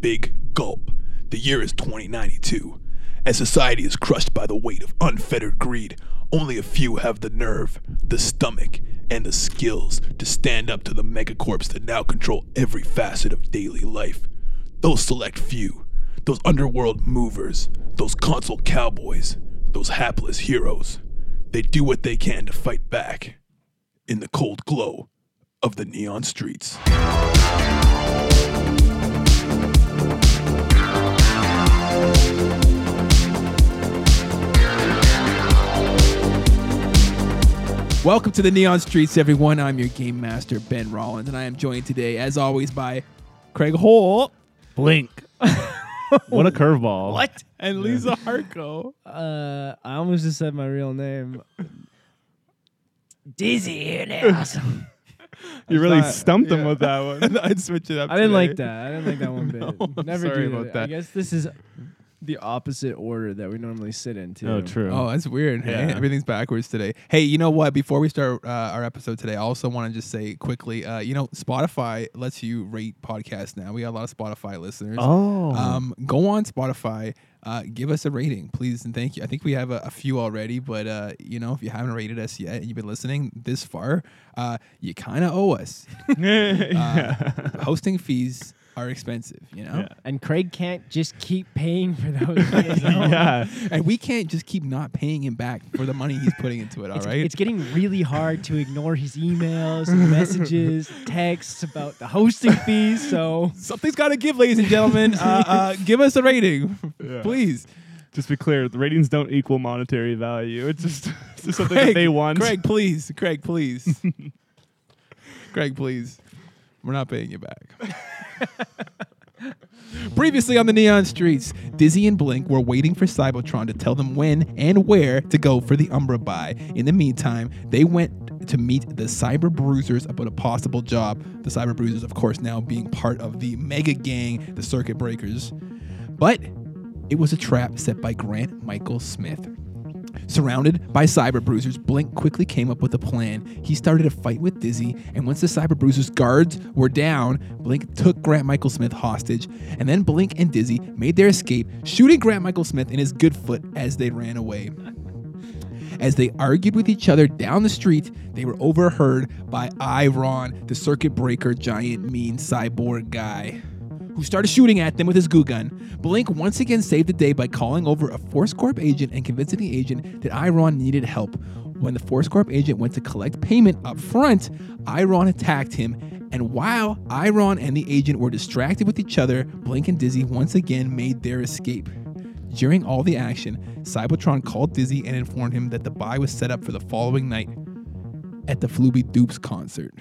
Big Gulp. The year is 2092. As society is crushed by the weight of unfettered greed, only a few have the nerve, the stomach, and the skills to stand up to the megacorps that now control every facet of daily life. Those select few, those underworld movers, those console cowboys, those hapless heroes, they do what they can to fight back in the cold glow of the neon streets. Welcome to the Neon Streets, everyone. I'm your game master, Ben Rollins, and I am joined today, as always, by Craig Holt Blink. what a curveball. and Lisa Harko. Uh, I almost just said my real name. Dizzy here now. You really It's not- stumped him with that one. I'd switch it up. I didn't today. like that. I didn't like that one bit. I'm Never sorry do that. about I that. guess this is the opposite order that we normally sit in. Too. Oh, true. Oh, that's weird. Hey, everything's backwards today. Hey, you know what? Before we start uh, our episode today, I also want to just say quickly, uh, you know, Spotify lets you rate podcasts now. We got a lot of Spotify listeners. Oh. Um, go on Spotify. Uh, give us a rating, please, and thank you. I think we have a, a few already, but uh, you know, if you haven't rated us yet and you've been listening this far, uh, you kind of owe us. Uh, hosting fees are expensive, you know, Yeah. And Craig can't just keep paying for those. things. yeah. and we can't just keep not paying him back for the money he's putting into it. All It's, right, it's getting really hard to ignore his emails, and messages, texts about the hosting fees. So something's got to give, ladies and gentlemen. uh, uh, give us a rating, Yeah. please. Just be clear, the ratings don't equal monetary value. It's just, it's just something that Craig, they want. Craig, please. Craig, please. Craig, please. We're not paying you back. Previously on the Neon Streets, Dizzy and Blink were waiting for Cybotron to tell them when and where to go for the Umbra buy. In the meantime, they went to meet the Cyber Bruisers about a possible job. The Cyber Bruisers, of course, now being part of the Mega Gang, the Circuit Breakers. But it was a trap set by Grant Michael Smith. Surrounded by cyber bruisers, Blink quickly came up with a plan. He started a fight with Dizzy, and once the cyber bruisers' guards were down, Blink took Grant Michael Smith hostage, and then Blink and Dizzy made their escape, shooting Grant Michael Smith in his good foot as they ran away. As they argued with each other down the street, they were overheard by Iron, the circuit breaker giant mean cyborg guy, who started shooting at them with his goo gun. Blink once again saved the day by calling over a Force Corp agent and convincing the agent that Iron needed help. When the Force Corp agent went to collect payment up front, Iron attacked him, and while Iron and the agent were distracted with each other, Blink and Dizzy once again made their escape. During all the action, Cybotron called Dizzy and informed him that the buy was set up for the following night at the Floopy Dupes concert.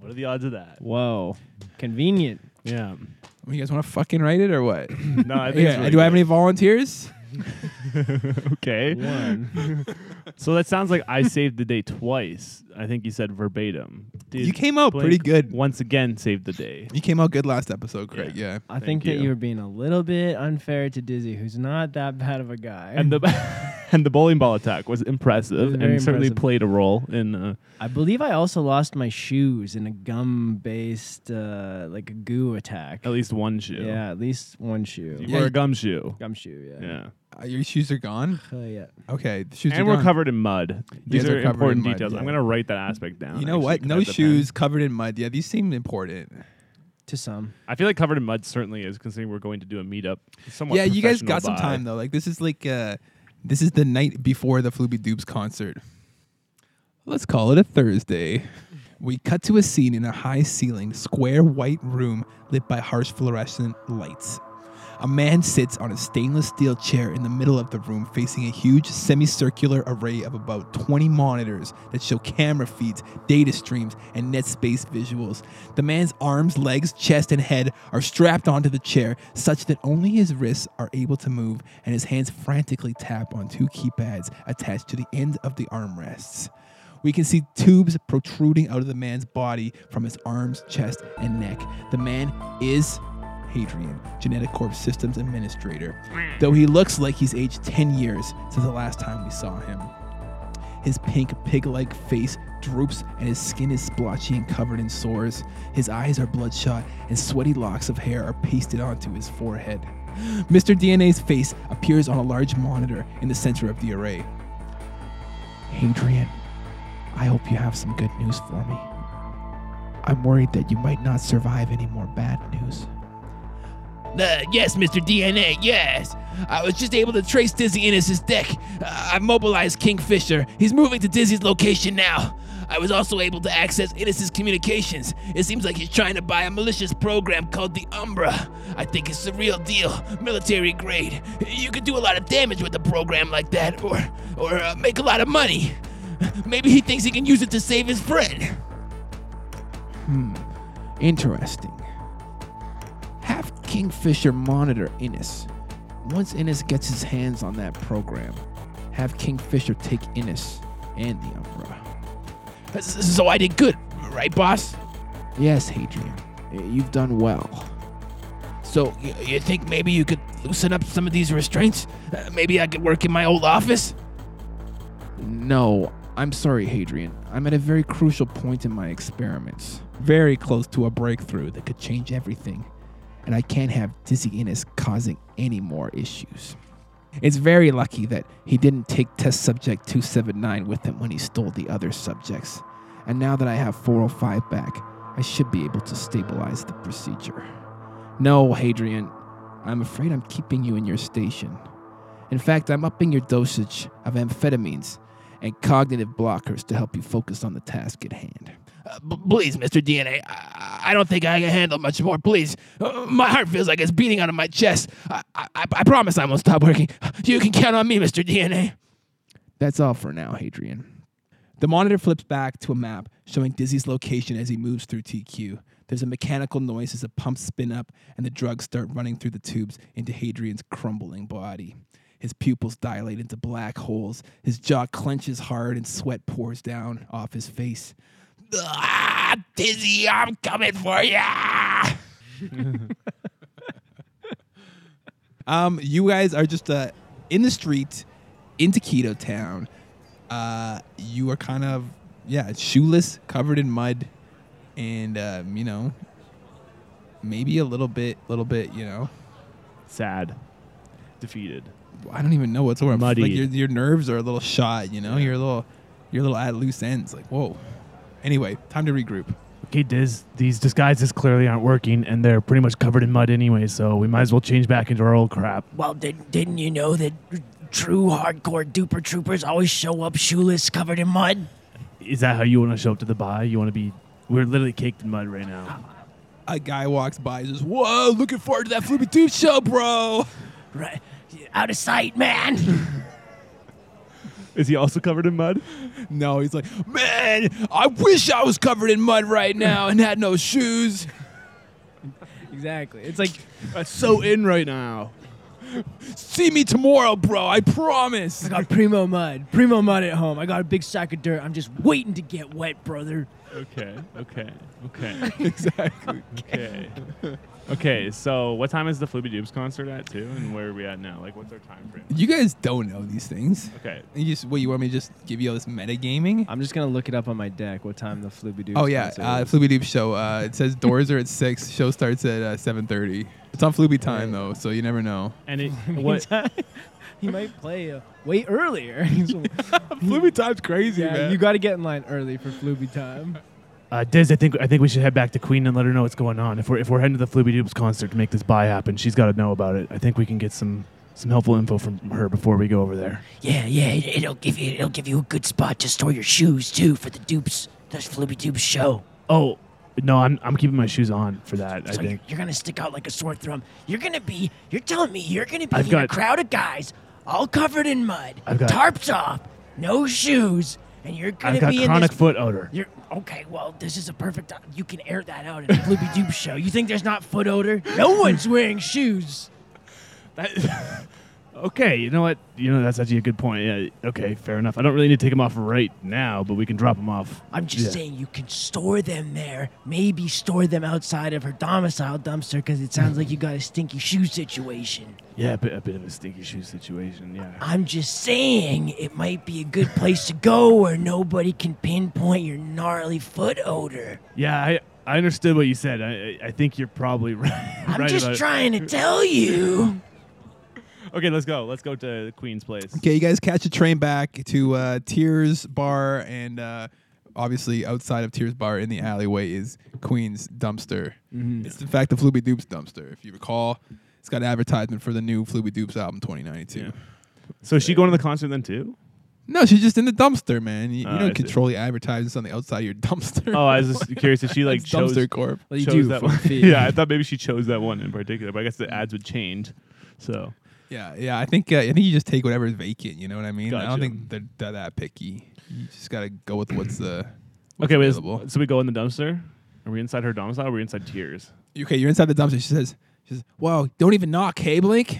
What are the odds of that? whoa, convenient. Yeah. I mean, Oh, you guys want to fucking write it or what? No, I think yeah. it's really do I have good. any volunteers? Okay. One. So that sounds like I saved the day twice. I think you said verbatim. Dude, You came out pretty good. Once again, saved the day. You came out good last episode, Craig. Yeah. I Thank think that you. you were being a little bit unfair to Dizzy, who's not that bad of a guy. And the and the bowling ball attack was It impressive was and very certainly impressive. played a role in uh, I believe I also lost my shoes in a gum-based uh, like a goo attack. at least one shoe. yeah, at least one shoe. You Yeah, wore you- a gumshoe. Gum shoe, yeah. Yeah. Uh, your shoes are gone. Oh, yeah. Okay. The shoes and are we're gone. covered in mud. These guys are are, covered in important mud, details. yeah. I'm gonna write that aspect down. You know actually, what? 'cause No that's a pen. shoes covered in mud. Yeah, these seem important. To some. I feel like covered in mud certainly is, considering we're going to do a meetup. Somewhat yeah, you guys professional got some vibe. time though. Like this is like uh this is the night before the Floopy Dupes concert. Let's call it a Thursday. We cut to a scene in a high ceilinged, square white room lit by harsh fluorescent lights. A man sits on a stainless steel chair in the middle of the room facing a huge semicircular array of about 20 monitors that show camera feeds, data streams, and net space visuals. The man's arms, legs, chest, and head are strapped onto the chair such that only his wrists are able to move and his hands frantically tap on two keypads attached to the end of the armrests. We can see tubes protruding out of the man's body from his arms, chest, and neck. The man is Hadrian, Genetic Corp Systems Administrator, though he looks like he's aged 10 years since the last time we saw him. His pink, pig like face droops and his skin is splotchy and covered in sores. His eyes are bloodshot and sweaty locks of hair are pasted onto his forehead. Mr. DNA's face appears on a large monitor in the center of the array. Hadrian, I hope you have some good news for me. I'm worried that you might not survive any more bad news. Uh, yes, Mr. DNA, yes. I was just able to trace Dizzy Innes' deck. Uh, I've mobilized Kingfisher. He's moving to Dizzy's location now. I was also able to access Innes' communications. It seems like he's trying to buy a malicious program called the Umbra. I think it's the real deal, military grade. You could do a lot of damage with a program like that, or, or uh, make a lot of money. Maybe he thinks he can use it to save his friend. Hmm, interesting. Have Kingfisher monitor Innes. Once Innes gets his hands on that program, have Kingfisher take Innes and the Umbra. So I did good, right, boss? Yes, Hadrian. You've done well. So y- you think maybe you could loosen up some of these restraints? Uh, maybe I could work in my old office? No, I'm sorry, Hadrian. I'm at a very crucial point in my experiments. Very close to a breakthrough that could change everything. And I can't have Dizzy Innes causing any more issues. It's very lucky that he didn't take test subject 279 with him when he stole the other subjects. And now that I have 405 back, I should be able to stabilize the procedure. No, Hadrian, I'm afraid I'm keeping you in your station. In fact, I'm upping your dosage of amphetamines and cognitive blockers to help you focus on the task at hand. please, Mr. DNA, I, I don't think I can handle much more. Please, Uh, my heart feels like it's beating out of my chest. I, I, I promise I won't stop working. You can count on me, Mr. DNA. That's all for now, Hadrian. The monitor flips back to a map showing Dizzy's location as he moves through TQ. There's a mechanical noise as the pumps spin up and the drugs start running through the tubes into Hadrian's crumbling body. His pupils dilate into black holes. His jaw clenches hard and sweat pours down off his face. Ah, Dizzy, I'm coming for ya! um, you guys are just uh, in the street into Keto Town uh, you are kind of yeah shoeless, covered in mud, and um, you know maybe a little bit, little bit. You know, Sad. Defeated. I don't even know what's over. Muddy. Like your your nerves are a little shot. You know, you're a little you're a little at loose ends. Like whoa. Anyway, time to regroup. Okay, Diz, these disguises clearly aren't working, and they're pretty much covered in mud anyway, so we might as well change back into our old crap. Well, did, didn't you know that true hardcore duper troopers always show up shoeless, covered in mud? Is that how you want to show up to the buy? You want to be. We're literally caked in mud right now. A guy walks by, says, "Whoa, looking forward to that Floopy Tube show, bro." Right, out of sight, man. Is he also covered in mud? No, he's like, "Man, I wish I was covered in mud right now and had no shoes." Exactly. It's like That's so in right now. See me tomorrow, bro. I promise. I got primo mud, primo mud at home. I got a big sack of dirt. I'm just waiting to get wet, brother. Okay, okay, okay. exactly. Okay. okay, so what time is the Floopy Dubes concert at, too? And where are we at now? Like, what's our time frame? You guys don't know these things. Okay. You just what you want me to just give you all this metagaming? I'm just gonna look it up on my deck. What time the Flooby Doo? Oh yeah, uh, Flooby Deep show. Uh, it says doors are at six. Show starts at uh, seven thirty. It's on Flooby time though, so you never know. And it, what, he might play uh, way earlier. So, Flooby time's crazy, yeah, you got to get in line early for Flooby time. Uh, Diz, I think I think we should head back to Queen and let her know what's going on. If we're if we're heading to the Flooby Doops concert to make this buy happen, she's got to know about it. I think we can get some some helpful info from her before we go over there. yeah, yeah, it, it'll give you it'll give you a good spot to store your shoes too for the dupes, the Floopy Dupes show. Oh no, I'm I'm keeping my shoes on for that. I So you're, think you're gonna stick out like a sore thumb. You're gonna be. You're telling me you're gonna be I've in a got- crowd of guys, all covered in mud, I've got- tarps off, no shoes, and you're gonna I've got be in chronic this. foot odor. You're okay. Well, this is a perfect. You can air that out in a Bloopy Doop show. You think there's not foot odor? No one's wearing shoes. okay, you know what? You know that's actually a good point. Yeah, okay, fair enough. I don't really need to take them off right now, but we can drop them off. I'm just Yeah. saying you can store them there. Maybe store them outside of her domicile dumpster because it sounds like you got a stinky shoe situation. Yeah, a bit, a bit of a stinky shoe situation. Yeah. I'm just saying it might be a good place to go where nobody can pinpoint your gnarly foot odor. Yeah, I, I understood what you said. I, I- I think you're probably right. I'm right just about it. trying to tell you. Okay, let's go. Let's go to the Queen's place. Okay, you guys catch a train back to uh, Tears Bar, and uh, obviously outside of Tears Bar in the alleyway is Queen's Dumpster. Mm-hmm. It's in fact the Flooby Doops dumpster, if you recall. It's got advertisement for the new Flooby Doops album 2092. Yeah. So is she going to the concert then too? No, she's just in the dumpster, man. You, you Oh, I don't see. control the advertisements on the outside of your dumpster. Oh, I was just curious if she like It's chose, Dumpster Corp. Well, you chose do that for one. a fee. yeah, I thought maybe she chose that one in particular, but I guess the ads would change. So Yeah, yeah. I think uh, I think you just take whatever's vacant. You know what I mean? I don't Gotcha. think they're, they're that picky. You just gotta go with what's uh, what's okay, wait, available. so we go in the dumpster. Are we inside her domicile? Or are we inside Tears? Okay, you're inside the dumpster. She says, she says, "Wow, don't even knock, hey Blink."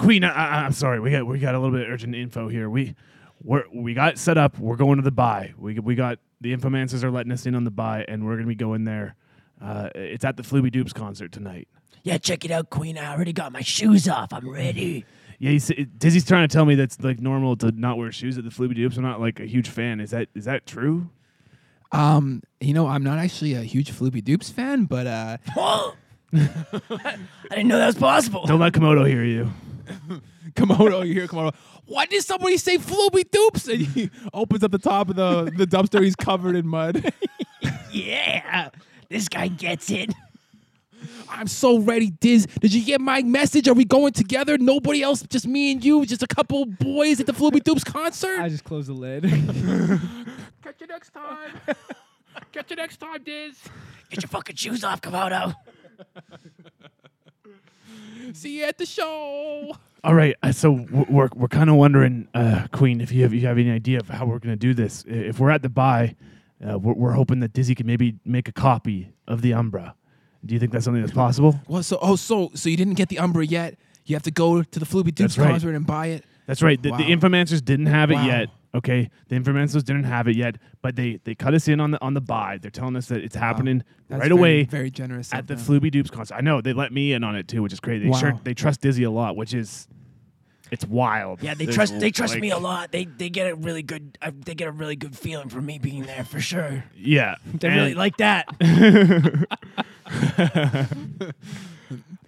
Queen, I, I, I'm sorry. We got we got a little bit of urgent info here. We we we got set up. We're going to the buy. We we got the infomancers are letting us in on the buy, and we're gonna be going there. Uh, it's at the Flooby Doops concert tonight. Yeah, check it out, Queen. I already got my shoes off. I'm ready. Yeah, he's, Dizzy's trying to tell me that's like normal to not wear shoes at the Flooby Doops. I'm not like a huge fan. Is that is that true? Um, you know, I'm not actually a huge Floopy Doops fan, but uh, Whoa! I didn't know that was possible. Don't let Komodo hear you. Komodo, you hear Komodo. Why did somebody say Floopy Doops? And he opens up the top of the the dumpster. He's covered in mud. Yeah, Uh, this guy gets it. I'm so ready, Diz. Did you get my message? Are we going together? Nobody else, just me and you, just a couple boys at the Floopy Doops concert. I just close the lid. Catch you next time. Catch you next time, Diz. Get your fucking shoes off, Komodo. See you at the show. All right, uh, so w- we're we're kind of wondering, uh, Queen, if you have you have any idea of how we're gonna do this? I- If we're at the buy, uh, we're, we're hoping that Dizzy can maybe make a copy of the Umbra. Do you think that's something that's possible? Well, so oh, so so you didn't get the Umbra yet. You have to go to the Floopy Doops That's right. concert and buy it. That's right. The, Wow. the Infomancers didn't have it Wow. yet. Okay, the Infomancers didn't have it yet, but they they cut us in on the on the buy. They're telling us that it's happening That's right very- away. Very generous. at of the them. Flooby Doops concert. I know they let me in on it too, which is crazy. They, Wow. sure, they trust Dizzy a lot, which is it's wild. Yeah, they There's trust they trust like- me a lot. They they get a really good I, they get a really good feeling from me being there for sure. Yeah, They really And, like that.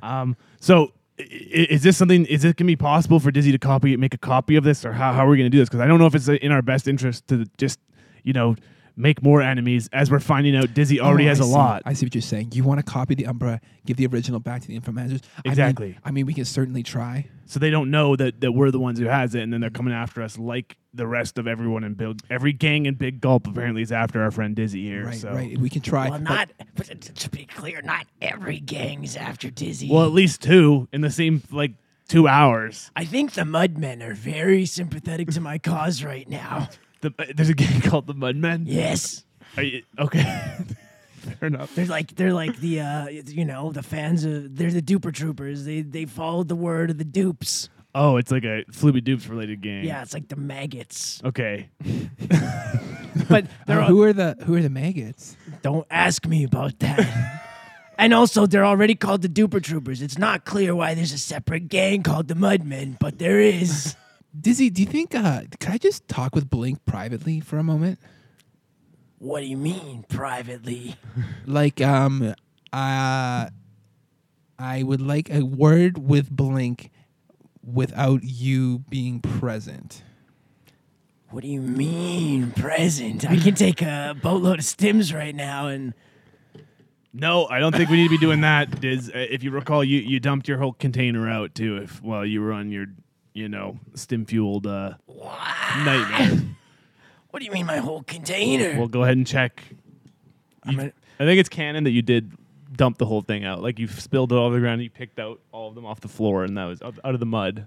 Um, so i- i- is this something? Is it gonna be possible for Dizzy to copy, make a copy of this, or how, how are we gonna do this? Because I don't know if it's uh, in our best interest to just you know make more enemies. As we're finding out, Dizzy already Oh, has I a see. lot. I see what you're saying. You want to copy the Umbra, give the original back to the Infomancers. I mean- Exactly. I mean, we can certainly try. so they don't know that, that we're the ones who has it, and then they're coming after us like the rest of everyone in Big every gang in Big Gulp apparently is after our friend Dizzy here. right, so. right. We can try. uh, well, not but to- to be clear, not every gang's after Dizzy. Well, at least two in the same like two hours. I think the Mudmen are very sympathetic to my cause right now. The, uh, there's a gang called the Mudmen. Yes. Are you- okay. Fair enough. They're like they're like the uh you know, the fans of they're the duper troopers. They they followed the word of the dupes. Oh, it's like a Flooby Doops related gang. Yeah, it's like the maggots. Okay. but but Uh, they're all, who are the who are the maggots? Don't ask me about that. and also, they're already called the Duper Troopers. It's not clear why there's a separate gang called the Mudmen, but there is. Dizzy, do you think? Uh, could I just talk with Blink privately for a moment? What do you mean, privately? Like, um, uh, I would like a word with Blink without you being present. What do you mean, present? I can take a boatload of stims right now, and No, I don't think we need to be doing that. Diz, Uh, if you recall, you, you dumped your whole container out too. If while you were on your you know stim fueled uh, nightmare. what do you mean, my whole container? We'll go ahead and check. I'm gonna- I think it's canon that you did dump the whole thing out. Like you spilled it all over the ground. You picked out all of them off the floor, and that was out out of the mud.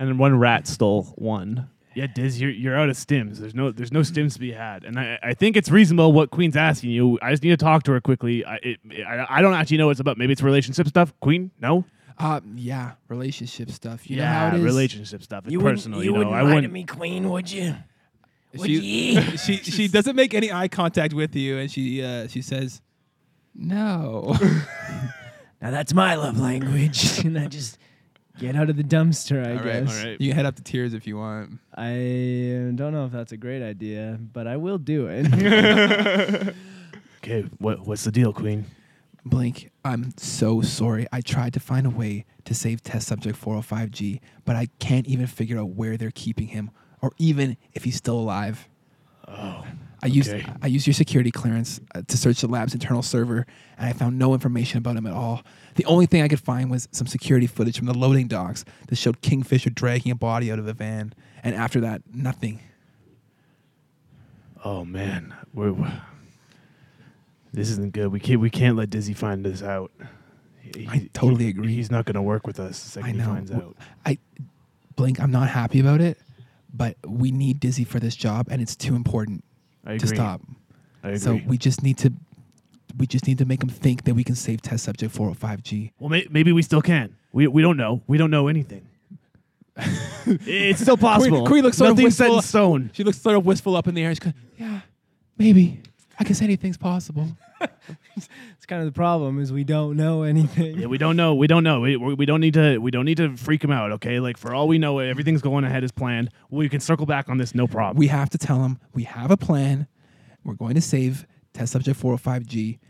And then one rat stole one. Yeah, Diz, you're you're out of stims. There's no there's no stims to be had. And I, I think it's reasonable what Queen's asking you. I just need to talk to her quickly. I it, I, I don't actually know what it's about. Maybe it's relationship stuff. Queen, no. Uh, yeah, relationship stuff. You know yeah, how it is. relationship stuff. It's You personal, wouldn't, you, you know. wouldn't I lie wouldn't. to me, Queen, would you? Would She, ye? she she doesn't make any eye contact with you, and she uh, she says, "No." Now that's my love language. and I just Get out of the dumpster, I All right, guess. all right. You can head up to tears if you want. I uh, don't know if that's a great idea, but I will do it. Okay, what, what's the deal, Queen? Blink, I'm so sorry. I tried to find a way to save test subject 405G, but I can't even figure out where they're keeping him or even if he's still alive. Oh. I used okay. I used your security clearance uh, to search the lab's internal server and I found no information about him at all. The only thing I could find was some security footage from the loading docks that showed Kingfisher dragging a body out of a van and after that nothing. Oh man, we're, we this isn't good. We can't we can't let Dizzy find this out. He- I he- totally agree. He's not gonna work with us the second I know. he finds W- out. I blink. I'm not happy about it, but we need Dizzy for this job, and it's too important I agree. to stop. I agree. So we just need to, we just need to make him think that we can save test subject 405G. well, may, maybe we still can. We we don't know. We don't know anything. it's still possible. Queen looks sort of Nothing's set in wistful. stone. She looks sort of wistful up in the air. She's going, "Yeah, maybe. I guess anything's possible." it's kind of the problem is we don't know anything. Yeah, we don't know. We don't know. We, we we don't need to. We don't need to freak him out. Okay, like for all we know, everything's going ahead as planned. We can circle back on this, no problem. Uh, We have to tell him we have a plan. We're going to save test subject 405G.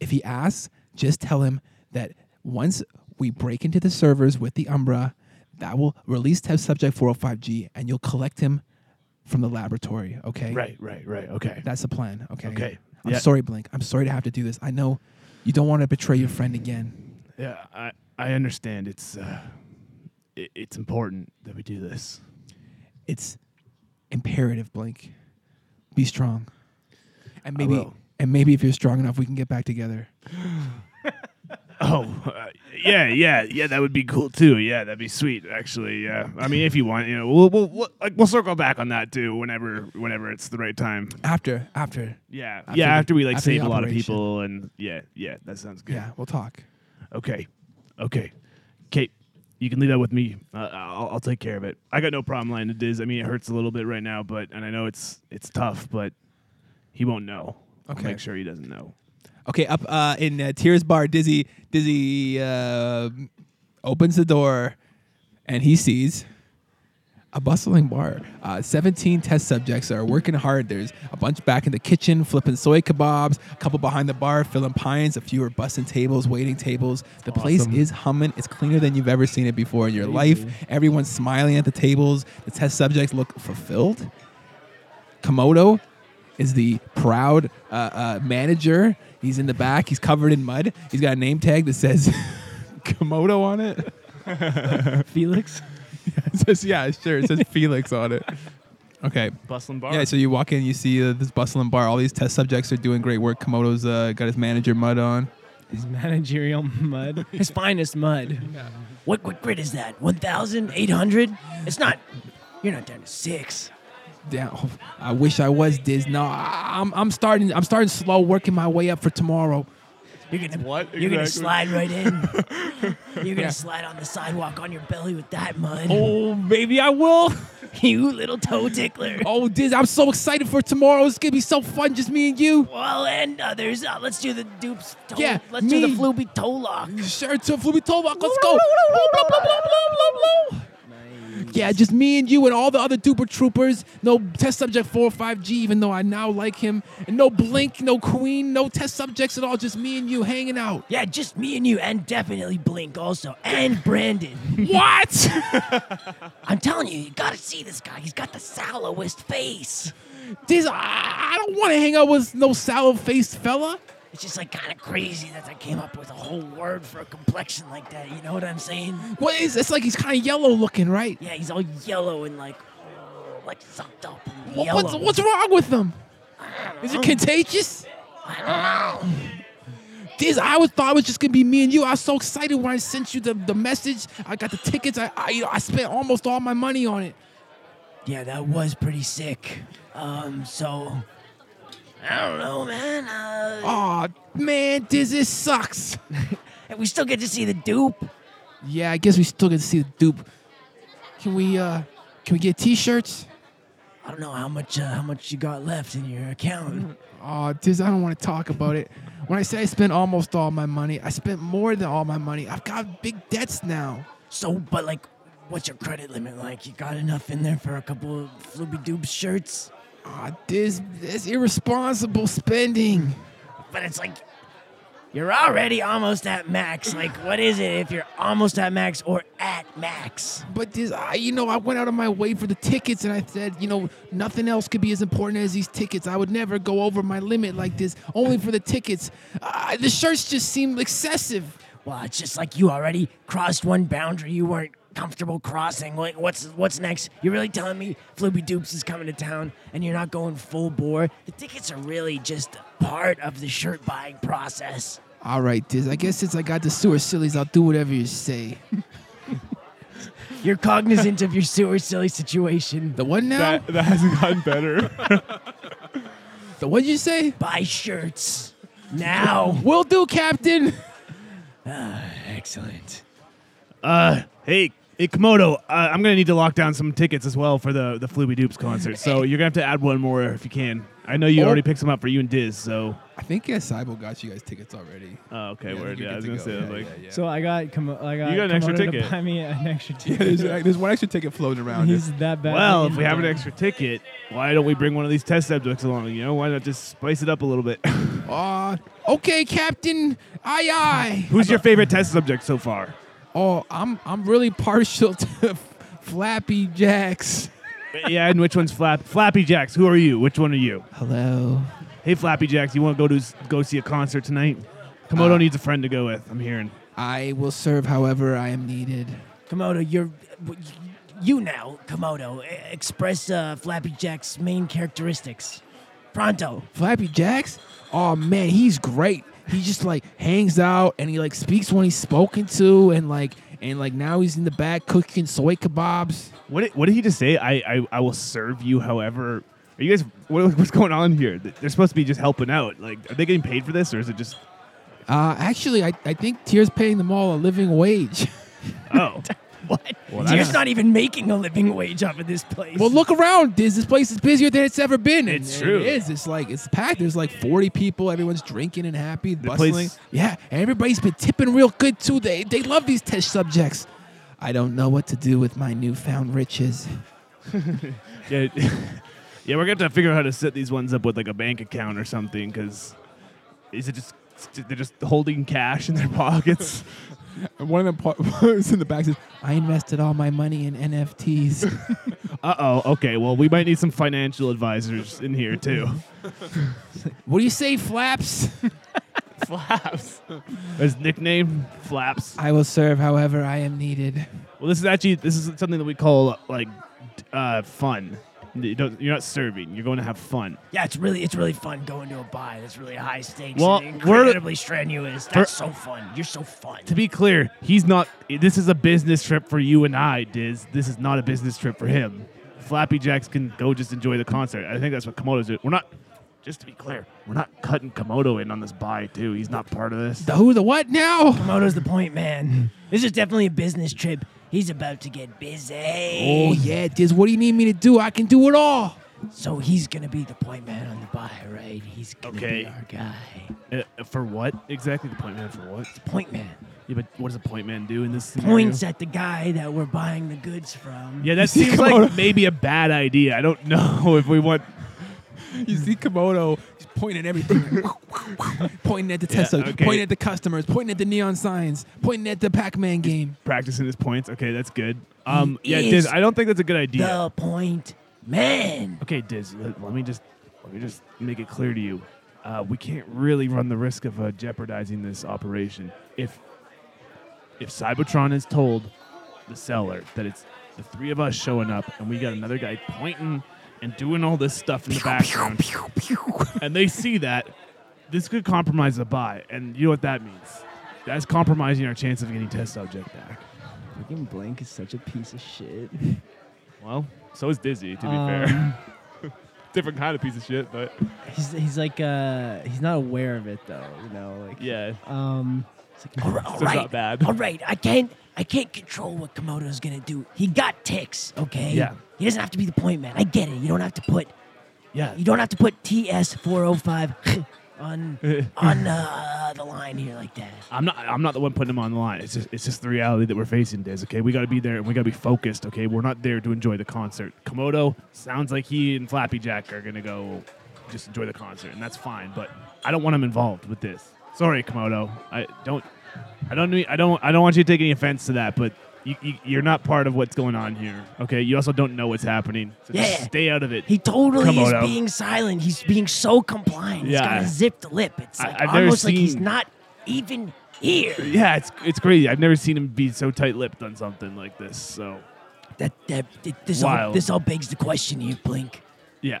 If he asks, just tell him that once we break into the servers with the Umbra, that will release test subject 405G and you'll collect him from the laboratory, okay? right, right, right. Okay. That's the plan, okay? Okay. I'm Yeah. sorry, Blink. I'm sorry to have to do this. I know you don't want to betray your friend again. Yeah, I I understand. It's uh, i it's important that we do this. It's imperative, Blink. Be strong. And maybe will. and maybe if you're strong enough, we can get back together. Oh, uh, yeah, yeah, yeah. That would be cool too. Yeah, that'd be sweet. Actually, yeah. I mean, if you want, you know, we'll we'll, we'll like we'll circle back on that too whenever whenever it's the right time. After, after. Yeah, After yeah. the- After we like after the save a lot of operation. people and yeah, yeah. That sounds good. Yeah, we'll talk. Okay, okay, Kate. You can leave that with me. Uh, I'll, I'll take care of it. I got no problem lying to Diz. I mean, it hurts a little bit right now, but and I know it's it's tough, but he won't know. I'll Okay. make sure he doesn't know. Okay, up uh, in uh, Tears Bar, Dizzy Dizzy uh, opens the door, and he sees a bustling bar. Uh, Seventeen test subjects are working hard. There's a bunch back in the kitchen flipping soy kebabs. A couple behind the bar filling pines. A few are busting tables, waiting tables. The place is humming. It's cleaner than you've ever seen it before in your life. Everyone's smiling at the tables. The test subjects look fulfilled. Komodo is the proud uh, uh, manager. He's in the back. He's covered in mud. He's got a name tag that says Komodo on it. Felix? it says, yeah, sure. It says Felix on it. Okay. Bustling bar. Yeah, so you walk in, you see uh, this bustling bar. All these test subjects are doing great work. Komodo's uh, got his manager mud on. His managerial mud. his finest mud. What what grid is that? One thousand eight hundred? It's not. You're not down to six. Damn, oh, I wish I was Diz. No, I- I'm, I'm starting. I'm starting slow, working my way up for tomorrow. You're gonna What You're gonna exactly? slide right in. you're gonna slide on the sidewalk on your belly with that mud. Oh, baby, I will. You little toe tickler. Oh, Diz, I'm so excited for tomorrow. It's gonna be so fun, just me and you. Well, and others. Uh, let's do the dupes. Toe, Yeah, let's do the me. floopy toe lock. Sure, to Fluby Tobak, let's go. Yeah, just me and you and all the other duper troopers. No test subject 405G, even though I now like him. And no Blink, no Queen, no test subjects at all. Just me and you hanging out. Yeah, just me and you, and definitely Blink also, and Brandon. What? I'm telling you, you gotta see this guy. He's got the sallowest face. this, I, I don't want to hang out with no sallow faced fella. It's just like kind of crazy that I came up with a whole word for a complexion like that. You know what I'm saying? What is It's like he's kind of yellow looking, right? Yeah, he's all yellow and like, oh, like sucked up. And What- yellow. What's, what's wrong with him? Is it contagious? I don't know. This I always thought it was just gonna be me and you. I was so excited when I sent you the, the message. I got the tickets. I I, you know, I spent almost all my money on it. Yeah, that was pretty sick. Um, so I don't know, man. Uh, Aw, man, this is sucks. and we still get to see the dupe. Yeah, I guess we still get to see the dupe. Can we uh can we get t-shirts? I don't know how much uh, how much you got left in your account. Oh, Diz, I don't want to talk about it. When I say I spent almost all my money, I spent more than all my money. I've got big debts now. So, but like, what's your credit limit like? You got enough in there for a couple of Floopy Doob shirts? Aw, Diz, that's Ah, irresponsible spending. But it's like, you're already almost at max. Like, what is it if you're almost at max or at max? But Diz, I, you know, I went out of my way for the tickets and I said, you know, nothing else could be as important as these tickets. I would never go over my limit like this, only for the tickets. Uh, the shirts just seemed excessive. Well, it's just like you already crossed one boundary you weren't comfortable crossing. Like, what's what's next? You're really telling me Floopy Doops is coming to town and you're not going full bore? The tickets are really just part of the shirt buying process. All right, Diz, I guess since I got the sewer sillies, I'll do whatever you say. You're cognizant of your sewer silly situation. The what now? That, that hasn't gotten better. the what'd you say? Buy shirts now. Will do, Captain. Excellent. Uh, hey, hey Komodo, uh, I'm gonna need to lock down some tickets as well for the the Flooby Doops concert. So you're gonna have to add one more if you can. I know you Oh. already picked some up for you and Diz. So I think yeah, Cybo got you guys tickets already. oh, okay, Yeah, I word. think you're Yeah, I was good gonna to say go. I was like. yeah, yeah, yeah. So I got, come, I got, You got an extra Komodo to ticket. Buy me an extra Yeah, ticket. there's, uh, there's one extra ticket floating around. He's that bad. Well, at if we have an handling. extra ticket, why don't we bring one of these test subjects along? You know, why not just spice it up a little bit? Uh, okay, Captain. Aye, aye. Who's your favorite test subject so far? Oh, I'm I'm really partial to Flappy Jacks. yeah, and which one's Flap? Flappy Jacks. Who are you? Which one are you? Hello. Hey, Flappy Jacks, you want to go to s- go see a concert tonight? Komodo needs a friend to go with. I'm hearing. I will serve however I am needed. Komodo, you're you now, Komodo. e- Express uh, Flappy Jack's main characteristics. Pronto. Flappy Jacks? Oh man, he's great. He just like hangs out and he like speaks when he's spoken to and like and like now he's in the back cooking soy kebabs. What did, what did he just say? I, I I will serve you. However, are you guys? What, what's going on here? Th- They're supposed to be just helping out. Like, are they getting paid for this, or is it just? Uh, actually, I, I think Tier's paying them all a living wage. Oh, What? Well, You're that's- not even making a living wage off of this place. well, look around. This, this place is busier than it's ever been. and- It's and true. It is. It's like it's packed. There's like 40 people. Everyone's drinking and happy, bustling. place- Yeah, and everybody's been tipping real good too. They they love these test subjects. I don't know what to do with my newfound riches. yeah, yeah. We're gonna have to figure out how to set these ones up with like a bank account or something. Because is it just they're just holding cash in their pockets? And one of them was in the back says, "I invested all my money in NFTs." uh oh. Okay. Well, we might need some financial advisors in here too. what do you say, Flaps? Flaps. His nickname Flaps. I will serve however I am needed. Well, this is actually this is something that we call like uh, fun. You don't, you're not serving. You're going to have fun. yeah, it's really it's really fun going to a buy. That's really high stakes. Well, and we're- incredibly strenuous. That's so fun. You're so fun. To be clear, he's not. This is a business trip for you and I, Diz. This is not a business trip for him. Flappy Jacks can go just enjoy the concert. I think that's what Komodo's doing. We're not. Just to be clear, we're not cutting Komodo in on this buy too. He's not part of this. The who, the what now? Komodo's the point man. This is definitely a business trip. He's about to get busy. Oh yeah, Diz. What do you need me to do? I can do it all. So he's gonna be the point man on the buy, right? He's gonna Okay. be our guy. Uh, for what exactly? The point man for what? Point man. Yeah, but what does a point man do in this? Scenario? Points at the guy that we're buying the goods from. Yeah, that seems like maybe a bad idea. I don't know if we want You see Komodo, he's pointing at everything, pointing at the Yeah, Tesla, okay. pointing at the customers, pointing at the neon signs, pointing at the Pac-Man game. practicing his points. Okay, that's good. Um, He yeah, is Diz, I don't think that's a good The idea. point man. Okay, Diz, let, let me just let me just make it clear to you. Uh, we can't really run the risk of uh, jeopardizing this operation if if Cybertron has told the seller that it's the three of us showing up and we got another guy pointing and doing all this stuff in the background, and they see that this could compromise the buy, and you know what that means. That's compromising our chance of getting test subject back. Fucking Blank is such a piece of shit. Well, so is Dizzy, to be fair. Um, Different kind of piece of shit, but He's, he's like uh he's not aware of it though, you know, like yeah. um It's like, all right, all So it's right, not bad. all right. I can't, I can't control what Komodo's gonna do. He got ticks, okay? Yeah. He doesn't have to be the point man. I get it. You don't have to put, Yeah. you don't have to put TS four hundred five on on uh, the line here like that. I'm not. I'm not the one putting him on the line. It's just. It's just the reality that we're facing, Diz. Okay, we got to be there and we got to be focused. Okay, we're not there to enjoy the concert. Komodo sounds like he and Flappy Jack are gonna go, just enjoy the concert, and that's fine. But I don't want him involved with this. Sorry, Komodo. I don't. I don't. need- I don't. I don't want you to take any offense to that, but. You, you, you're not part of what's going on here, okay? You also don't know what's happening. So just Yeah. stay out of it. He totally Come is on out. being silent. He's being so compliant. He's got Yeah. a zipped lip. It's I- like I've never almost like he's seen- not even here. yeah, it's it's crazy. I've never seen him be so tight-lipped on something like this. So, That that it- this all, Wild. this all begs the question here, Blink. yeah,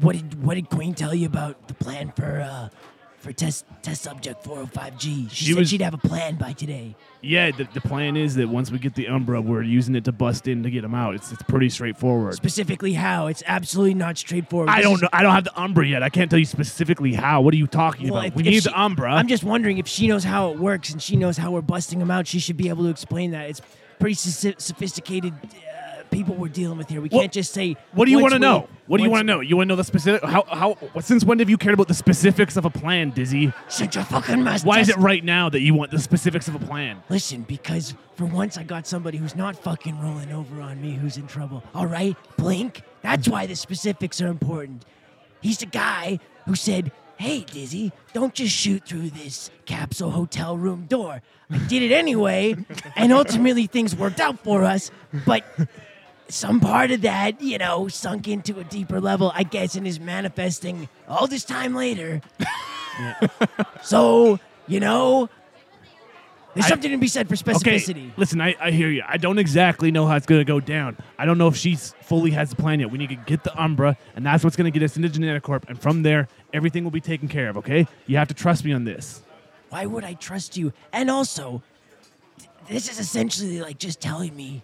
What did what did Queen tell you about the plan for uh for test test subject 405G? She, She said was- she'd have a plan by today. Yeah, the, the plan is that once we get the Umbra, we're using it to bust in to get them out. It's it's pretty straightforward. Specifically, how it's absolutely not straightforward. I This don't is- know. I don't have the Umbra yet. I can't tell you specifically how. What are you talking well, about? if- we if need she- the Umbra. I'm just wondering if she knows how it works and she knows how we're busting them out. She should be able to explain that. It's pretty soci- sophisticated uh, people we're dealing with here. We Well, can't just say. what do you once want to we- know? What do you once- want to know? You want to know the specific? How how? Since when have you cared about the specifics of a plan, Dizzy? Shut your fucking mouth. Why is Tess. it right now that you want the specifics of a plan? Listen, because for once I got somebody who's not fucking rolling over on me who's in trouble. All right, Blink? That's why the specifics are important. He's the guy who said, Hey, Dizzy, don't just shoot through this capsule hotel room door. I did it anyway, and ultimately things worked out for us, but some part of that, you know, sunk into a deeper level, I guess, and is manifesting all this time later. so, you know, there's I- something to be said for Okay, specificity. listen, I, I hear you. I don't exactly know how it's going to go down. I don't know if she fully has the plan yet. We need to get the Umbra, and that's what's going to get us into Geneticorp, and from there, everything will be taken care of, okay? You have to trust me on this. Why would I trust you? And also, th- this is essentially like just telling me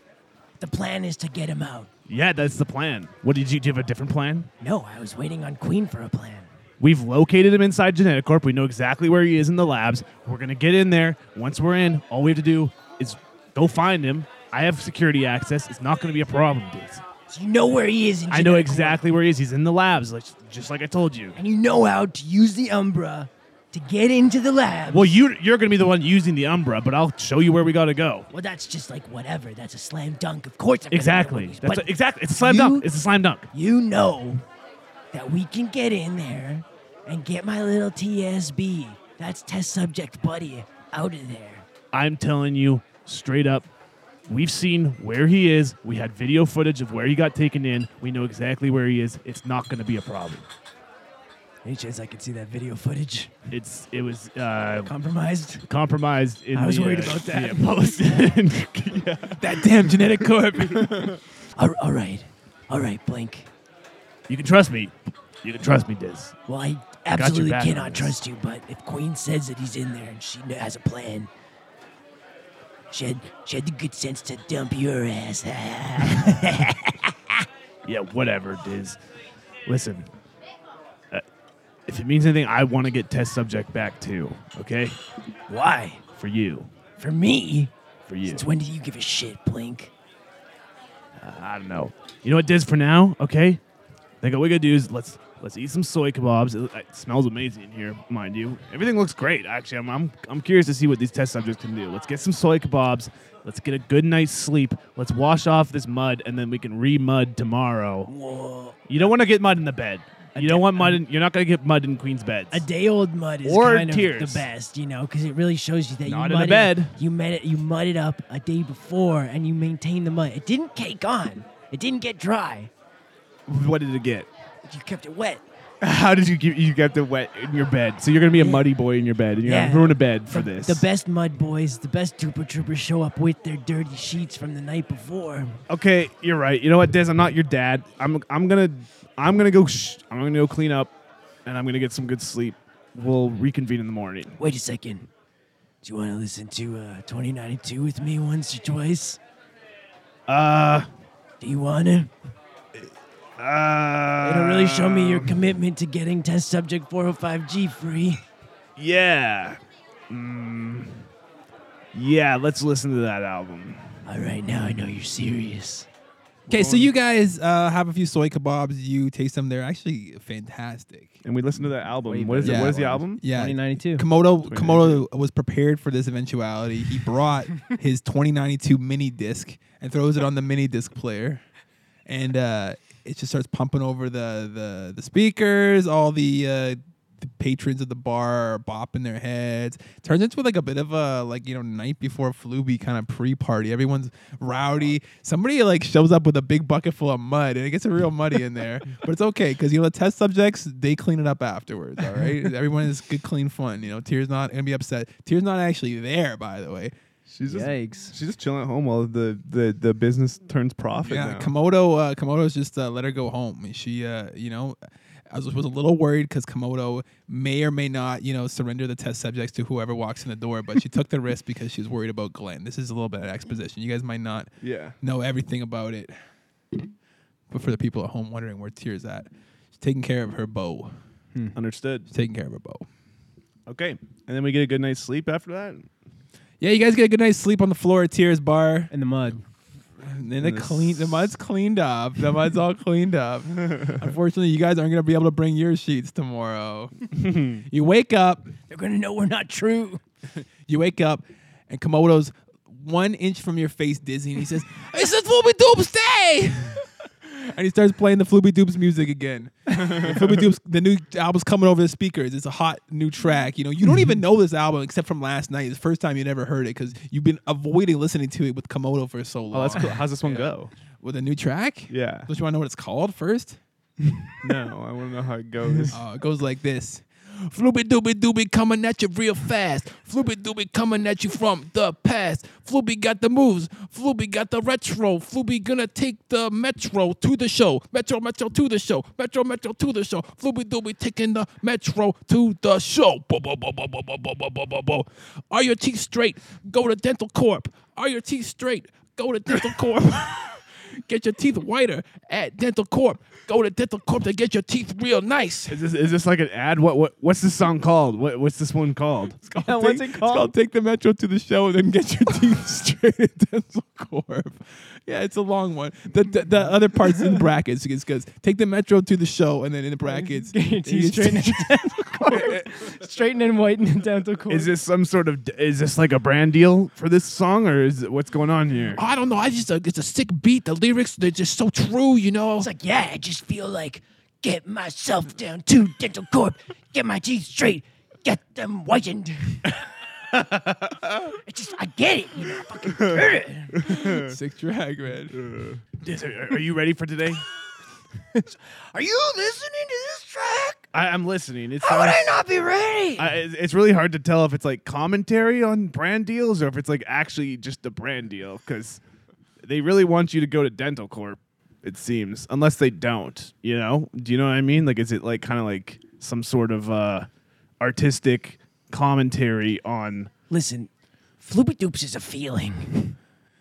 the plan is to get him out. Yeah, that's the plan. What did you, do you have a different plan? No, I was waiting on Queen for a plan. We've located him inside Geneticorp. We know exactly where he is in the labs. We're going to get in there. Once we're in, all we have to do is go find him. I have security access. It's not going to be a problem, dudes. So you know where he is. In I know Genetic exactly where he is. He's in the labs, like, just like I told you. War, And you know how to use the Umbra to get into the lab. Well, you you're gonna be the one using the Umbra, but I'll show you where we gotta go. Well, that's just like whatever. That's a slam dunk. Of course. I'm gonna Exactly. win these, That's but a, exactly. It's a slam you- dunk. It's a slam dunk. you know that we can get in there and get my little TSB. That's test subject buddy out of there. I'm telling you straight up. We've seen where he is. We had video footage of where he got taken in. We know exactly where he is. It's not gonna be a problem. Any chance I could see that video footage It's it was uh, compromised? compromised. In I was the, worried uh, about that. the post. That damn genetic code. All, all right, all right, Blink. you can trust me. You can trust me, Diz. Well, I your absolutely back on cannot this. trust you, but if Queen says that he's in there and she kn- has a plan, she had she had the good sense to dump your ass. Yeah, whatever, Diz. Listen, uh, if it means anything, I want to get test subject back too. Okay, Why? for you. For me? for you. Since when do you give a shit, Blink? I don't know. You know what, Diz? For now, okay. I think what we gotta do is let's let's eat some soy kebabs. It, it smells amazing in here, mind you. Everything looks great. Actually, I'm, I'm I'm curious to see what these test subjects can do. Let's get some soy kebabs. Let's get a good night's sleep. Let's wash off this mud, and then we can re-mud tomorrow. Whoa! You don't want to get mud in the bed. You don't want mud. In, you're not gonna get mud in Queen's beds. A day old mud is Or kind of tears. the best, you know, because it really shows you that Not you in a mud bed. you mud it, you mud it up a day before, and you maintain the mud. It didn't cake on. It didn't get dry. what did it get? You kept it wet. How did you get you got the wet in your bed? So you're gonna be a muddy boy in your bed, and you're Yeah. gonna ruin a bed for the, this. The best mud boys, the best Duper Troopers show up with their dirty sheets from the night before. okay, you're right. You know what, Des? I'm not your dad. I'm I'm gonna I'm gonna go sh- I'm gonna go clean up, and I'm gonna get some good sleep. We'll reconvene in the morning. Wait a second. Do you want to listen to uh, 2092 with me once or twice? Uh, Do you want to? uh. It'll really show me your commitment to oh getting test subject 405G free. Yeah. Mm, Yeah, let's listen to that album. All right, now I know you're serious. Okay, so you guys uh, have a few soy kebabs. You taste them; they're actually fantastic. And we listen to that album. Wait, What is it? yeah. What is the album? Yeah, 2092. Komodo Komodo was prepared for this eventuality. He brought his 2092 mini disc and throws it on the mini disc player, and uh, it just starts pumping over the the, the speakers. All the, uh, the patrons of the bar are bopping their heads. Turns into like a bit of a like you know night before Fluby kind of pre party. Everyone's rowdy. Somebody like shows up with a big bucket full of mud, and it gets real muddy in there. But it's okay because you know the test subjects they clean it up afterwards. All right, everyone is good, clean fun. You know, Tears not gonna be upset. Tears not actually there, by the way. She's just, Yikes. she's just chilling at home while the, the, the business turns profit. Yeah, now. Komodo. Uh, Komodo's just uh, let her go home. And She, uh, you know, I was, was a little worried because Komodo may or may not, you know, surrender the test subjects to whoever walks in the door. But she took the risk because she was worried about Glenn. This is a little bit of exposition. You guys might not Yeah. know everything about it, but for the people at home wondering where Tears at, she's taking care of her bow. Understood. She's taking care of her bow. Okay. And then we get a good night's sleep after that. Yeah, you guys get a good night's sleep on the floor at Tears Bar. In the mud. And then the And the clean the mud's cleaned up. The mud's all cleaned up. Unfortunately, you guys aren't gonna be able to bring your sheets tomorrow. you wake up, They're gonna know we're not true. you wake up, and Komodo's one inch from your face dizzy, and he says, This is Flooby Doops Day! and he starts playing the Flooby Doops music again. And Flooby Doops, the new album's coming over the speakers. It's a hot new track. You know, you don't even know this album except from last night. It's the first time you would ever heard it because you've been avoiding listening to it with Komodo for so long. Oh, that's cool. How's this one go? With a new track? Yeah. Don't you want to know what it's called first? no, I want to know how it goes. Uh, it goes like this. Floopy dooby dooby coming at you real fast. Floopy dooby coming at you from the past. Floopy got the moves. Floopy got the retro. Floopy gonna take the metro to the show. Metro, metro to the show. Metro, metro to the show. Floopy dooby taking the metro to the show. Bo, bo, bo, bo, bo, bo, bo, bo, bo, bo, bo. Are your teeth straight? Go to Dental Corp. Are your teeth straight? Go to Dental Corp. Get your teeth whiter at Dental Corp. Go to Dental Corp to get your teeth real nice. Is this is this like an ad? What what what's this song called? What what's this one called? Yeah, what's it called? It's called Take the Metro to the Show and then Get Your Teeth Straight at Dental Corp. Yeah, it's a long one. The the, the other part's in brackets because Take the Metro to the Show and then in the brackets. Get your teeth straightened and dental cords. Straighten and whiten and dental cords. Is this some sort of is this like a brand deal for this song or is it, what's going on here? I don't know. I just uh, it's a sick beat. The lyrics they're just so true, you know. It's like, yeah, I just feel like get myself down to dental corp, get my teeth straight, get them whitened. it's just I get it, you know, I fucking get it. Sick drag, man. Is- are, are you ready for today? Are you listening to this track? I, I'm listening. It's How would I not be ready? I, it's- it's really hard to tell if it's like commentary on brand deals or if it's like actually just a brand deal because they really want you to go to Dental Corp. It seems, unless they don't, you know. Do you know what I mean? Like, is it like kind of like some sort of uh, artistic commentary on? Listen, Floopy Doops is a feeling.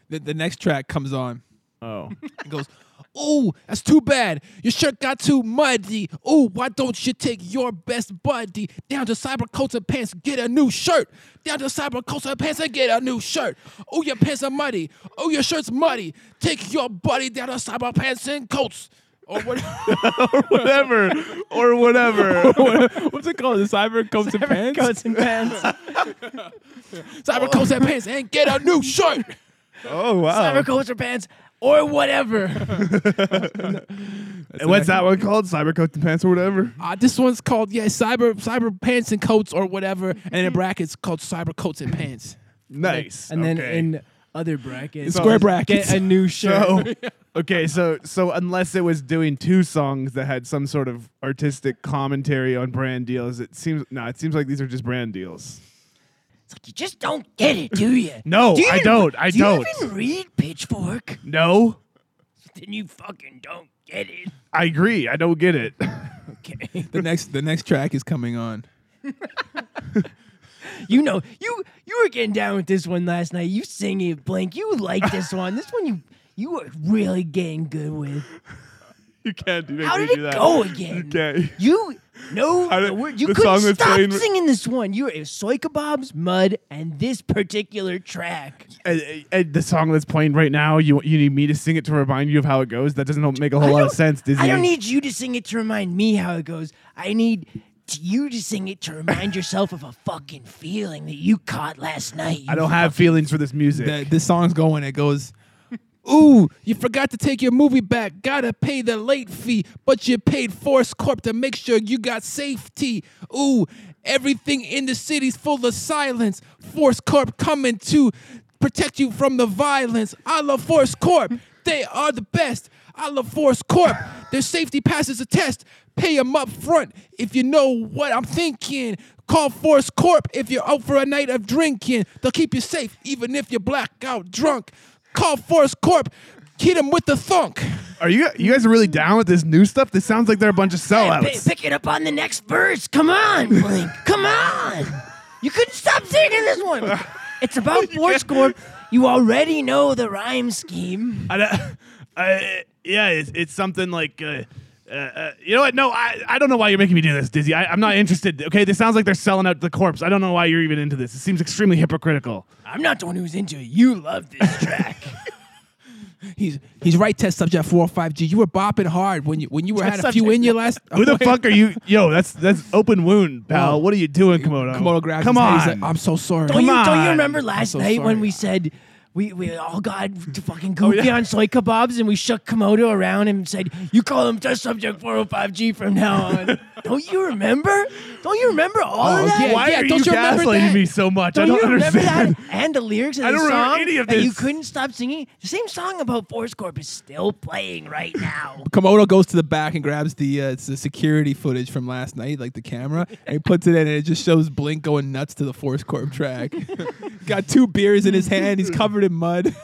The, the next track comes on. Oh, and goes, Oh, that's too bad. Your shirt got too muddy. Oh, why don't you take your best buddy down to cyber coats and pants, get a new shirt. Down to cyber coats and pants and get a new shirt. Oh, your pants are muddy. Oh, your shirt's muddy. Take your buddy down to cyber pants and coats. Or what, whatever, or whatever. what's it called? The cyber coats and pants? Coats and pants. Cyber coats and pants and get a new shirt. oh wow! Cyber coats or pants or whatever. And what's that one called? Cybercoat and pants or whatever. Uh, this one's called, yeah, cyber cyber pants and coats or whatever. And Mm-hmm. in brackets, called cyber coats and pants. Nice. And then Okay. in other brackets. Square just brackets. Get a new shirt. So okay, so so unless it was doing two songs that had some sort of artistic commentary on brand deals, it seems no, it seems like these are just brand deals. It's like you just don't get it, do you? No, Do you I even- don't, I do you don't. even read Pitchfork? No, Then you fucking don't get it. I agree. I don't get it. Okay. the next the next track is coming on. You know, you you were getting down with this one last night. You sing it, Blink. You like this one. This one you you were really getting good with. you can't do, make How me did do it that. go You again? can't. You No, I the don't- word, you the couldn't song was stop playing- singing this one. You were, it was soy kebabs, mud, and this particular track. And, and the song that's playing right now, you you need me to sing it to remind you of how it goes. That doesn't make a whole I lot of don't- sense, Dizzy. I don't need you to sing it to remind me how it goes. I need t- you to sing it to remind yourself of a fucking feeling that you caught last night. I don't have feelings for this music. That this song's going. It goes. Ooh, you forgot to take your movie back. Gotta pay the late fee, but you paid Force Corp to make sure you got safety. Ooh, everything in the city's full of silence. Force Corp coming to protect you from the violence. I love Force Corp. They are the best. I love Force Corp. Their safety passes a test. Pay 'em up front if you know what I'm thinking. Call Force Corp if you're out for a night of drinking. They'll keep you safe even if you're blackout drunk. Call Force Corp. Hit him with the thunk. Are you you guys really down with this new stuff? This sounds like they're a bunch of Oh, Hey, pi- sellouts. pick it up on the next verse. Come on, Blink. Come on. You couldn't stop singing this one. It's about Force Corp. You already know the rhyme scheme. I, don't- I, yeah, it's, it's something like. Uh, uh, uh, you know what? No, I, I don't know why you're making me do this, Dizzy. I, I'm not interested. Okay, this sounds like they're selling out the corpse. I don't know why you're even into this. It seems extremely hypocritical. I'm not the one who's into it. You love this track. He's he's right. Test subject four five G. You were bopping hard when you when you were had a few in your last. Who the fuck are you? Yo, that's that's open wound, pal. What are you doing, Komodo? Komodo grabs. Come his head. on. He's like, I'm so sorry. don't, you, don't on. you remember last so night sorry. Oh, when we said we, we all got to fucking goofy on soy kebabs and we shook Komodo around and said, You call him Test Subject 405G from now on? don't you remember? Don't you remember all Oh, of that? yeah, why yeah, are don't you you remember gaslighting that? me so much? I don't you understand. remember that? And the lyrics of I the don't remember song any of that you this. couldn't stop singing. The same song about Force Corp is still playing right now. Komodo goes to the back and grabs the uh, it's the security footage from last night, like the camera, and he puts it in, and it just shows Blink going nuts to the Force Corp track. Got two beers in his hand. He's covered in mud.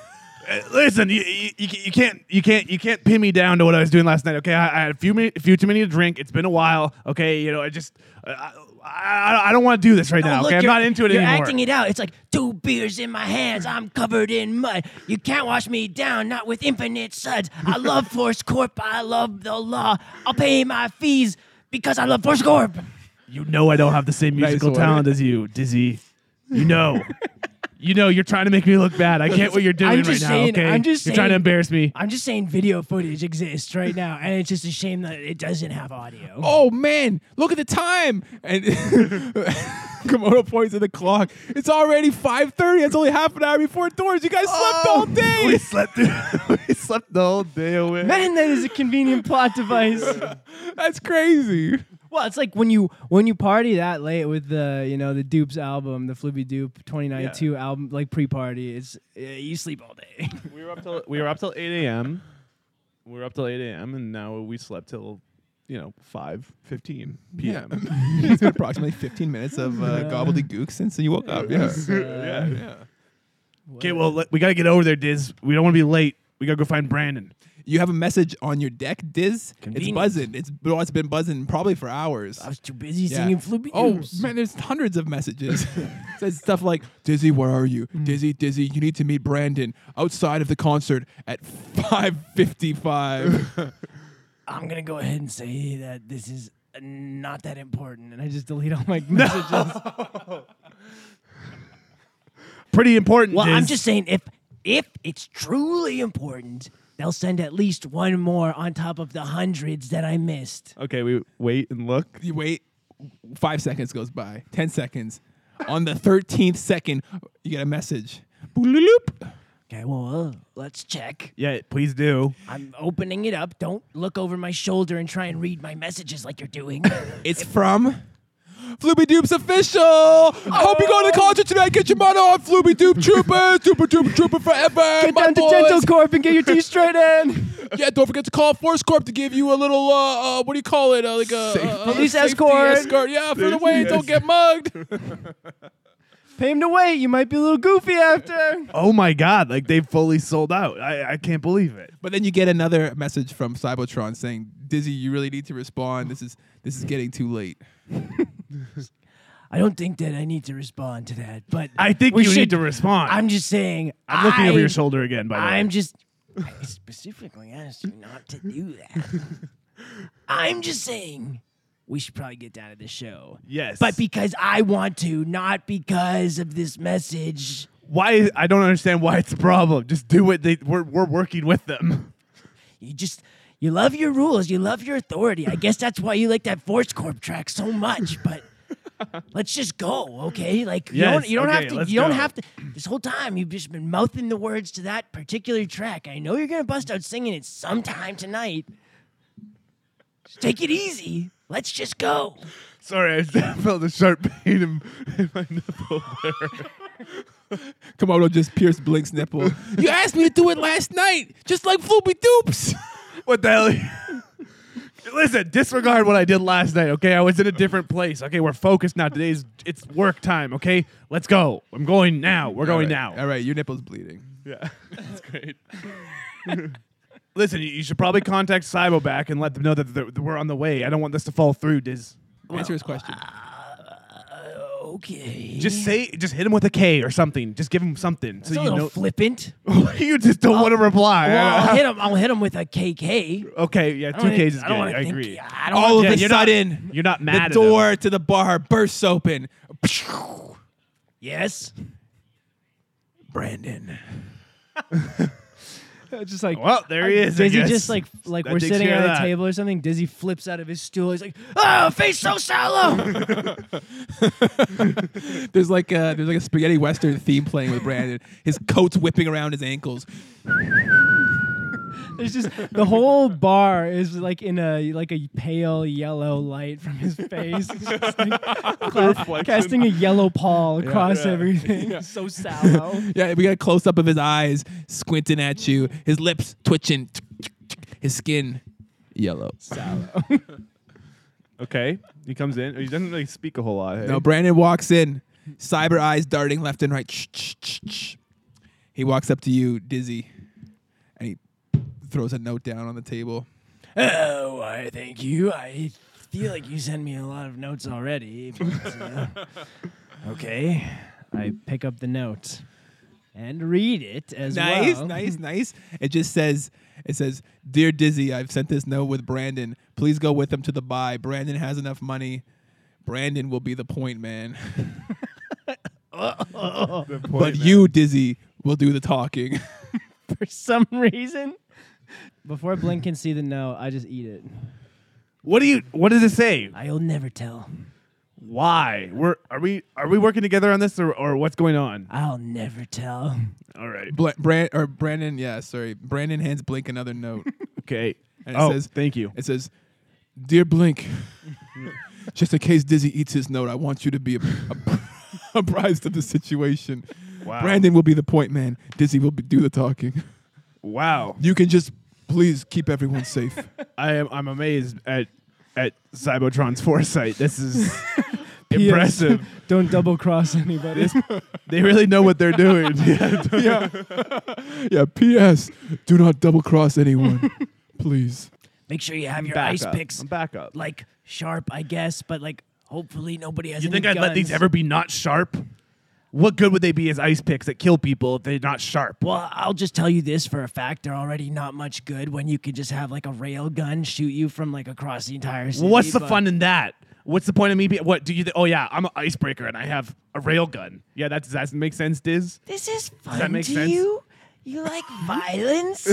Uh, Listen, you, you, you ca- you can't you can't you can't pin me down to what I was doing last night. Okay, I, I had a few mi- a few too many to drink. It's been a while. Okay, you know I just uh, I, I, I don't want to do this right now. Oh, look, okay, I'm you're- not into it you're anymore. acting it out. It's like two beers in my hands. I'm covered in mud. You can't wash me down, not with infinite suds. I love Force Corp. I love the law. I'll pay my fees because I love Force Corp. you know I don't have the same Nice musical one. talent as you, Dizzy. You know. You know, you're trying to make me look bad. I get what you're doing I'm just right saying- now. Okay, I'm just you're trying to saying- embarrass me. I'm just saying video footage exists right now, and it's just a shame that it doesn't have audio. oh man, look at the time! And Komodo points at the clock. It's already 5:30. It's only half an hour before doors. You guys slept all day. We slept. we slept the whole day away. Man, that is a convenient plot device. That's crazy. Well, it's like when you when you party that late with the you know the Dupes album, the Floopy Dupe 2092 album, like pre-party. It's yeah, you sleep all day. we were up till we were up till eight a.m. We were up till eight a.m. and now we slept till you know five fifteen p.m. it's been approximately 15 minutes of uh, gobbledygook since you woke up. Yeah. Okay, well let, we gotta get over there, Diz. We don't want to be late. We gotta go find Brandon. You have a message on your deck, Diz. It's Convenient. buzzing. It's well, it's been buzzing probably for hours. I was too busy Yeah. singing Floopy Oh Doops. man, there's hundreds of messages. It Says stuff like, "Dizzy, where are you? Dizzy, Dizzy, you need to meet Brandon outside of the concert at 5:55." I'm gonna go ahead and say that this is not that important, and I just Delete all my messages. Pretty important. well, I'm Diz. just saying if if it's truly important, they'll send at least one more on top of the hundreds that I missed. okay. We wait and look. you wait. Five seconds goes by. Ten seconds. On the 13th second, you get a message. Boop-loop. Okay, well, uh, let's check. Yeah, please do. I'm opening it up. Don't look over my shoulder and try and read my messages like you're doing. It's from Flooby Doops Official. I hope you go to the concert tonight. Get your money on Flooby Doop Trooper. Trooper Trooper Trooper forever. Get my down to boys. Gentle Corp and get your teeth straightened. Yeah, don't forget to call Force Corp to give you a little, uh, uh what do you call it? Uh, like a uh, Police safety escort. escort. Yeah, for the way. Don't get mugged. Pay him to wait. You might be a little goofy after. Oh my God! Like they fully sold out. I, I can't believe it. But then you get another message from Cybotron saying, Dizzy, you really need to respond. This is this is getting too late. I don't think that I need to respond to that, but I think we you should- need to respond. I'm just saying. I'm looking over I- your shoulder again. By the way, I'm just I specifically asked you not to do that. I'm just saying we should probably get down to the show. Yes. But because I want to, not because of this message. why? Is, I don't understand why it's a problem. Just do it. They, we're we're working with them. You just you love your rules, you love your authority. I guess that's why you like that Force Corp track so much, but let's just go, okay? Like you don't Yes, you don't okay, have to let's you don't go. have to this whole time you've just been mouthing the words to that particular track. I know you're gonna bust out singing it sometime tonight. Just take it easy. Let's just go. Sorry, I felt a sharp pain in, in my nipple. Komodo just pierced Blink's nipple. you asked me to do it last night, just like Floopy Doops. What the hell? Listen, disregard what I did last night, okay? I was in a different place. Okay, we're focused now. Today's it's work time, okay? Let's go. I'm going now. We're going now. All right, your nipple's bleeding. Yeah. That's great. Listen, you, you should probably contact Cyboback and let them know that they're- that we're on the way. I don't want this to fall through, Diz. Answer his question. Uh, Okay. Just say just hit him with a K or something. Just give him something so it's a you little know Uh. flippant. you just don't want to reply. Well, I'll hit him. I'll hit him with a KK. okay, yeah, I two don't wanna- Ks is I good. don't I, wanna think- agree. I don't All wanna of a you're not- sudden, you're not mad at The door to the bar bursts open. Yes. Brandon. just like Well, there he is. I Dizzy guess. Uh, just like like That we're takes sitting care of at a that. table or something. Dizzy flips out of his stool. He's like, Oh, face so shallow. There's like a there's like a spaghetti western theme playing with Brandon. His coat's whipping around his ankles. There's just the whole bar is like in a like a pale yellow light from his face, It's just like ca- casting a yellow pall across everything. So sallow. Yeah, we got a close up of his eyes squinting at you. His lips twitching. His skin yellow. Okay, he comes in. He doesn't really speak a whole lot. hey? No, Brandon walks in, cyber eyes darting left and right. He walks up to you, dizzy, and he throws a note down on the table. oh, I thank you. I feel like you sent me a lot of notes already. but, uh, okay. I pick up the note and read it as Nice, well. nice, nice. It just says, it says, Dear Dizzy, I've sent this note with Brandon. Please go with him to the buy. Brandon has enough money. Brandon will be the point man. but you, Dizzy, will do the talking. For some reason, before Blink can see the note, I just eat it. What do you? What does it say? I'll never tell. Why? We're are we are we working together on this or, or what's going on? I'll never tell. All right. Bla- Brand or Brandon, yeah, sorry. Brandon hands Blink another note. Okay. And it oh, says- thank you. It says, "Dear Blink, just in case Dizzy eats his note, I want you to be a, a, apprised of the situation. Wow. Brandon will be the point man. Dizzy will be, do the talking. Wow. You can just please keep everyone safe. I am I'm amazed at at Cybotron's foresight. This is impressive. Don't double cross anybody. They really know what they're doing. Yeah. yeah, yeah. P.S. Do not double cross anyone, please. Make sure you have your Back ice up. picks I'm back up. like sharp, I guess, but like hopefully nobody has You any think I'd let these guns. ever be not sharp? What good would they be as ice picks that kill people if they're not sharp? Well, I'll just tell you this for a fact: they're already not much good when you could just have like a rail gun shoot you from like across the entire city. Well, what's the but- fun in that? What's the point of me? Be- what do you? Th- oh yeah, I'm an icebreaker and I have a rail gun. Yeah, that's that make sense, Diz. This is fun that make to sense? you. You like violence?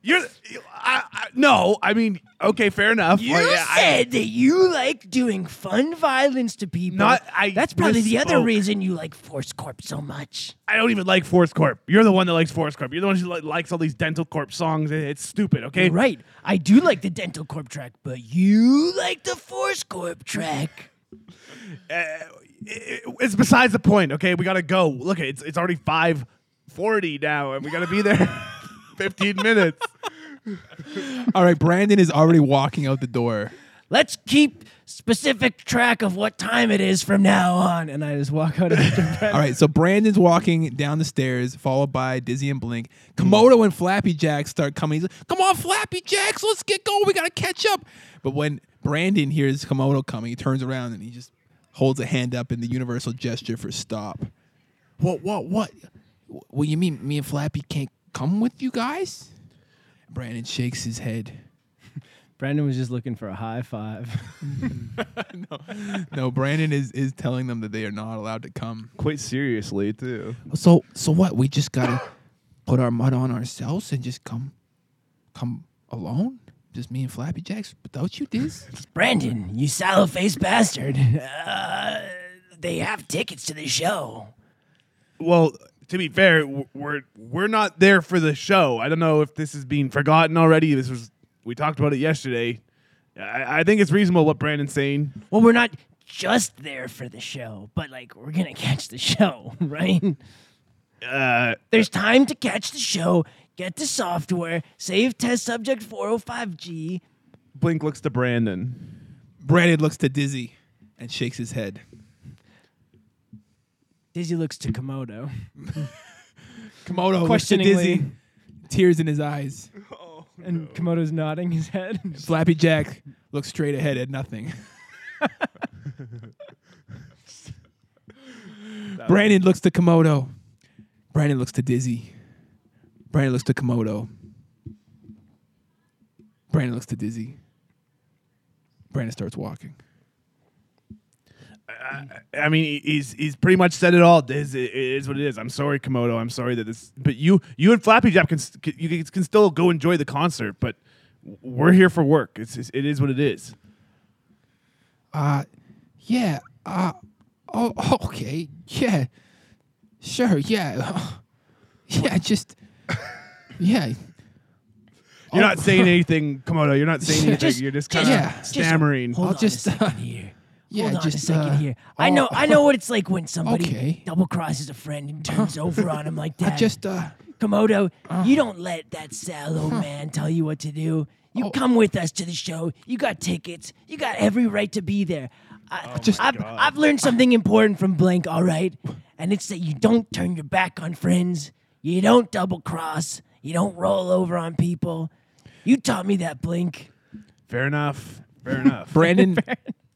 You're you, I, I, no, I mean, okay, fair enough. You Like, yeah, I- said that you like doing fun violence to people. Not- I That's probably the other misspoke. reason you like Force Corp so much. I don't even like Force Corp. You're the one that likes Force Corp. You're the one who li- likes all these Dental Corp songs. It- It's stupid, okay? You're right. I do like the Dental Corp track, but you like the Force Corp track. It- It's besides the point, okay? We gotta go. Look, it's it's already five forty now, and we gotta be there fifteen minutes. All right, Brandon is already walking out the door. Let's keep specific track of what time it is from now on. and I just walk out after breath. All right, so Brandon's walking down the stairs, followed by Dizzy and Blink. Komodo and Flappy Jacks start coming. He's like, Come on, Flappy Jacks, let's get going. We gotta catch up. But when Brandon hears Komodo coming, he turns around and he just holds a hand up in the universal gesture for stop. What? What? What? Well, you mean me and Flappy can't come with you guys? Brandon shakes his head. Brandon was just looking for a high five. No, Brandon is is telling them that they are not allowed to come. Quite seriously, too. So so what? We just gotta put our mud on ourselves and just come come alone? Just me and Flappy Jacks without you, Diz? Brandon, you sallow faced bastard. Uh, they have tickets to the show. Well, to be fair, w- we're we're not there for the show. I don't know if this is being forgotten already. This was we talked about it yesterday. I, I think it's reasonable what Brandon's saying. Well, we're not just there for the show, but like we're gonna catch the show, right? Uh, There's time to catch the show, get the software, save test subject 405G. Blink looks to Brandon. Brandon looks to Dizzy and shakes his head. Dizzy looks to Komodo. Komodo looks to Questioningly. Dizzy, tears in his eyes. And Komodo's nodding his head. Flappy Jack looks straight ahead at nothing. Brandon looks to Komodo. Brandon looks to Dizzy. Brandon looks to Komodo. Brandon looks to Dizzy. Brandon starts walking. I mean, he- he's he's pretty much said it all. This i- is what it is. I'm sorry, Komodo. I'm sorry that this. But you you and Flappy Jap can s- can- you guys can still go enjoy the concert. But we're here for work. It's it's- it is what it is. Uh, yeah. Uh, oh, okay. Yeah. Sure. Yeah. Yeah. Just. Yeah. You're not saying anything, Komodo. You're not saying Oh. Just- anything. You're just kind of yeah. just- stammering. Hold I'll on a just, uh, second here. Yeah. Hold on just a second uh, oh, here. I know, I know what it's like when somebody Okay. double crosses a friend and turns over on him like I that. just. Uh, Komodo, you don't let that sallow man tell you what to do. You Oh. come with us to the show. You got tickets. You got every right to be there. I, Just- I've, I've learned something important from Blank, all right? And it's that you don't turn your back on friends. You don't double cross. You don't roll over on people. You taught me that, Blink. Fair enough. Fair enough. Brandon.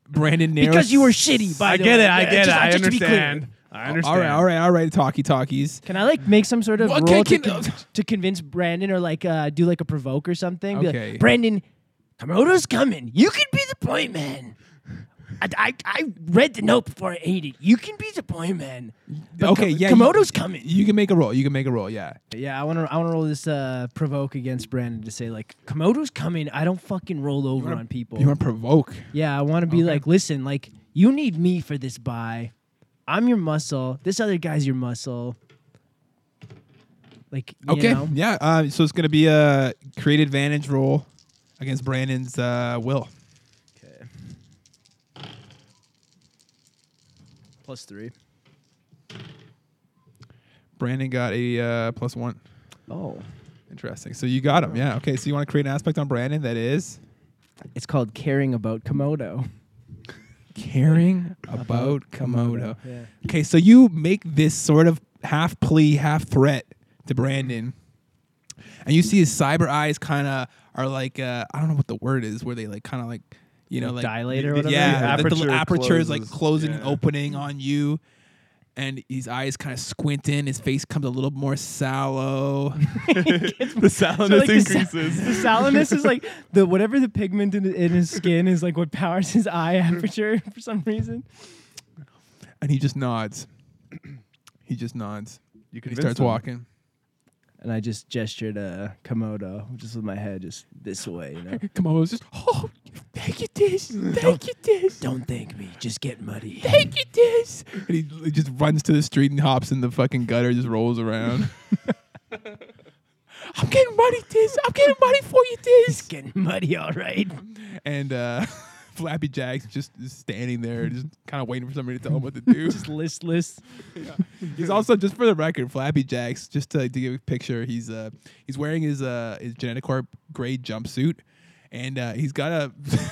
Brandon narrows. Because you were shitty, by I the get way. it. I Yeah, get it. just- I just to be clear. understand. I understand. All right. All right. All right. Talkie talkies. Can I like make some sort of Well, role can- uh, to, can- con- to convince Brandon or like uh, do like a provoke or something? Be like, Okay. Brandon, Komodo's coming. You can be the point man. I, I, I read the note before I ate it. You can be the point man. But okay. Kom- yeah. you- Komodo's coming. You can make a roll. You can make a roll. Yeah. Yeah, I want to. I want to roll this uh, provoke against Brandon to say like Komodo's coming. I don't fucking roll over on people. You want to provoke? yeah, I want to be like, listen, like you need me for this buy. I'm your muscle. This other guy's your muscle. Like Oh. you Okay. know? Yeah. Uh, so it's gonna be a create advantage roll against Brandon's uh, will. Okay. Plus three. Brandon got a uh, plus one. Oh, Interesting. So you got him. Yeah. Okay. So you want to create an aspect on Brandon that is it's called caring about Komodo. caring about Komodo. Yeah. Okay. So you make this sort of half plea, half threat to Brandon. And you see his cyber eyes kind of are like, uh, I don't know what the word is, where they like kind of like, you know, like dilate or whatever? Yeah. The like the little aperture aperture is like closes. closing and Yeah. opening on you. And his eyes kind of squint in. His face comes a little more sallow. The soundness the sa- increases. The salinus is like the whatever the pigment in, in his skin is like what powers his eye aperture for some reason. and he just nods. he just nods. You He convinced starts him. walking. And I just gestured uh, Komodo just with my head, just this way, you know. Komodo's just, oh, thank you, Dish. Thank you, Dish. Don't thank me. Just get muddy. Thank you, Dish. And he, he just runs to the street and hops in the fucking gutter, just rolls around. I'm getting money, Dish. I'm getting money for you, Dish. Getting muddy, all right. And uh, Flappy Jack's just is standing there, just kind of waiting for somebody to tell him what to do. Just listless. He's also just for the record, Flappy Jacks. Just to, to give a picture, he's uh he's wearing his uh his Geneticorp gray jumpsuit, and uh, he's got a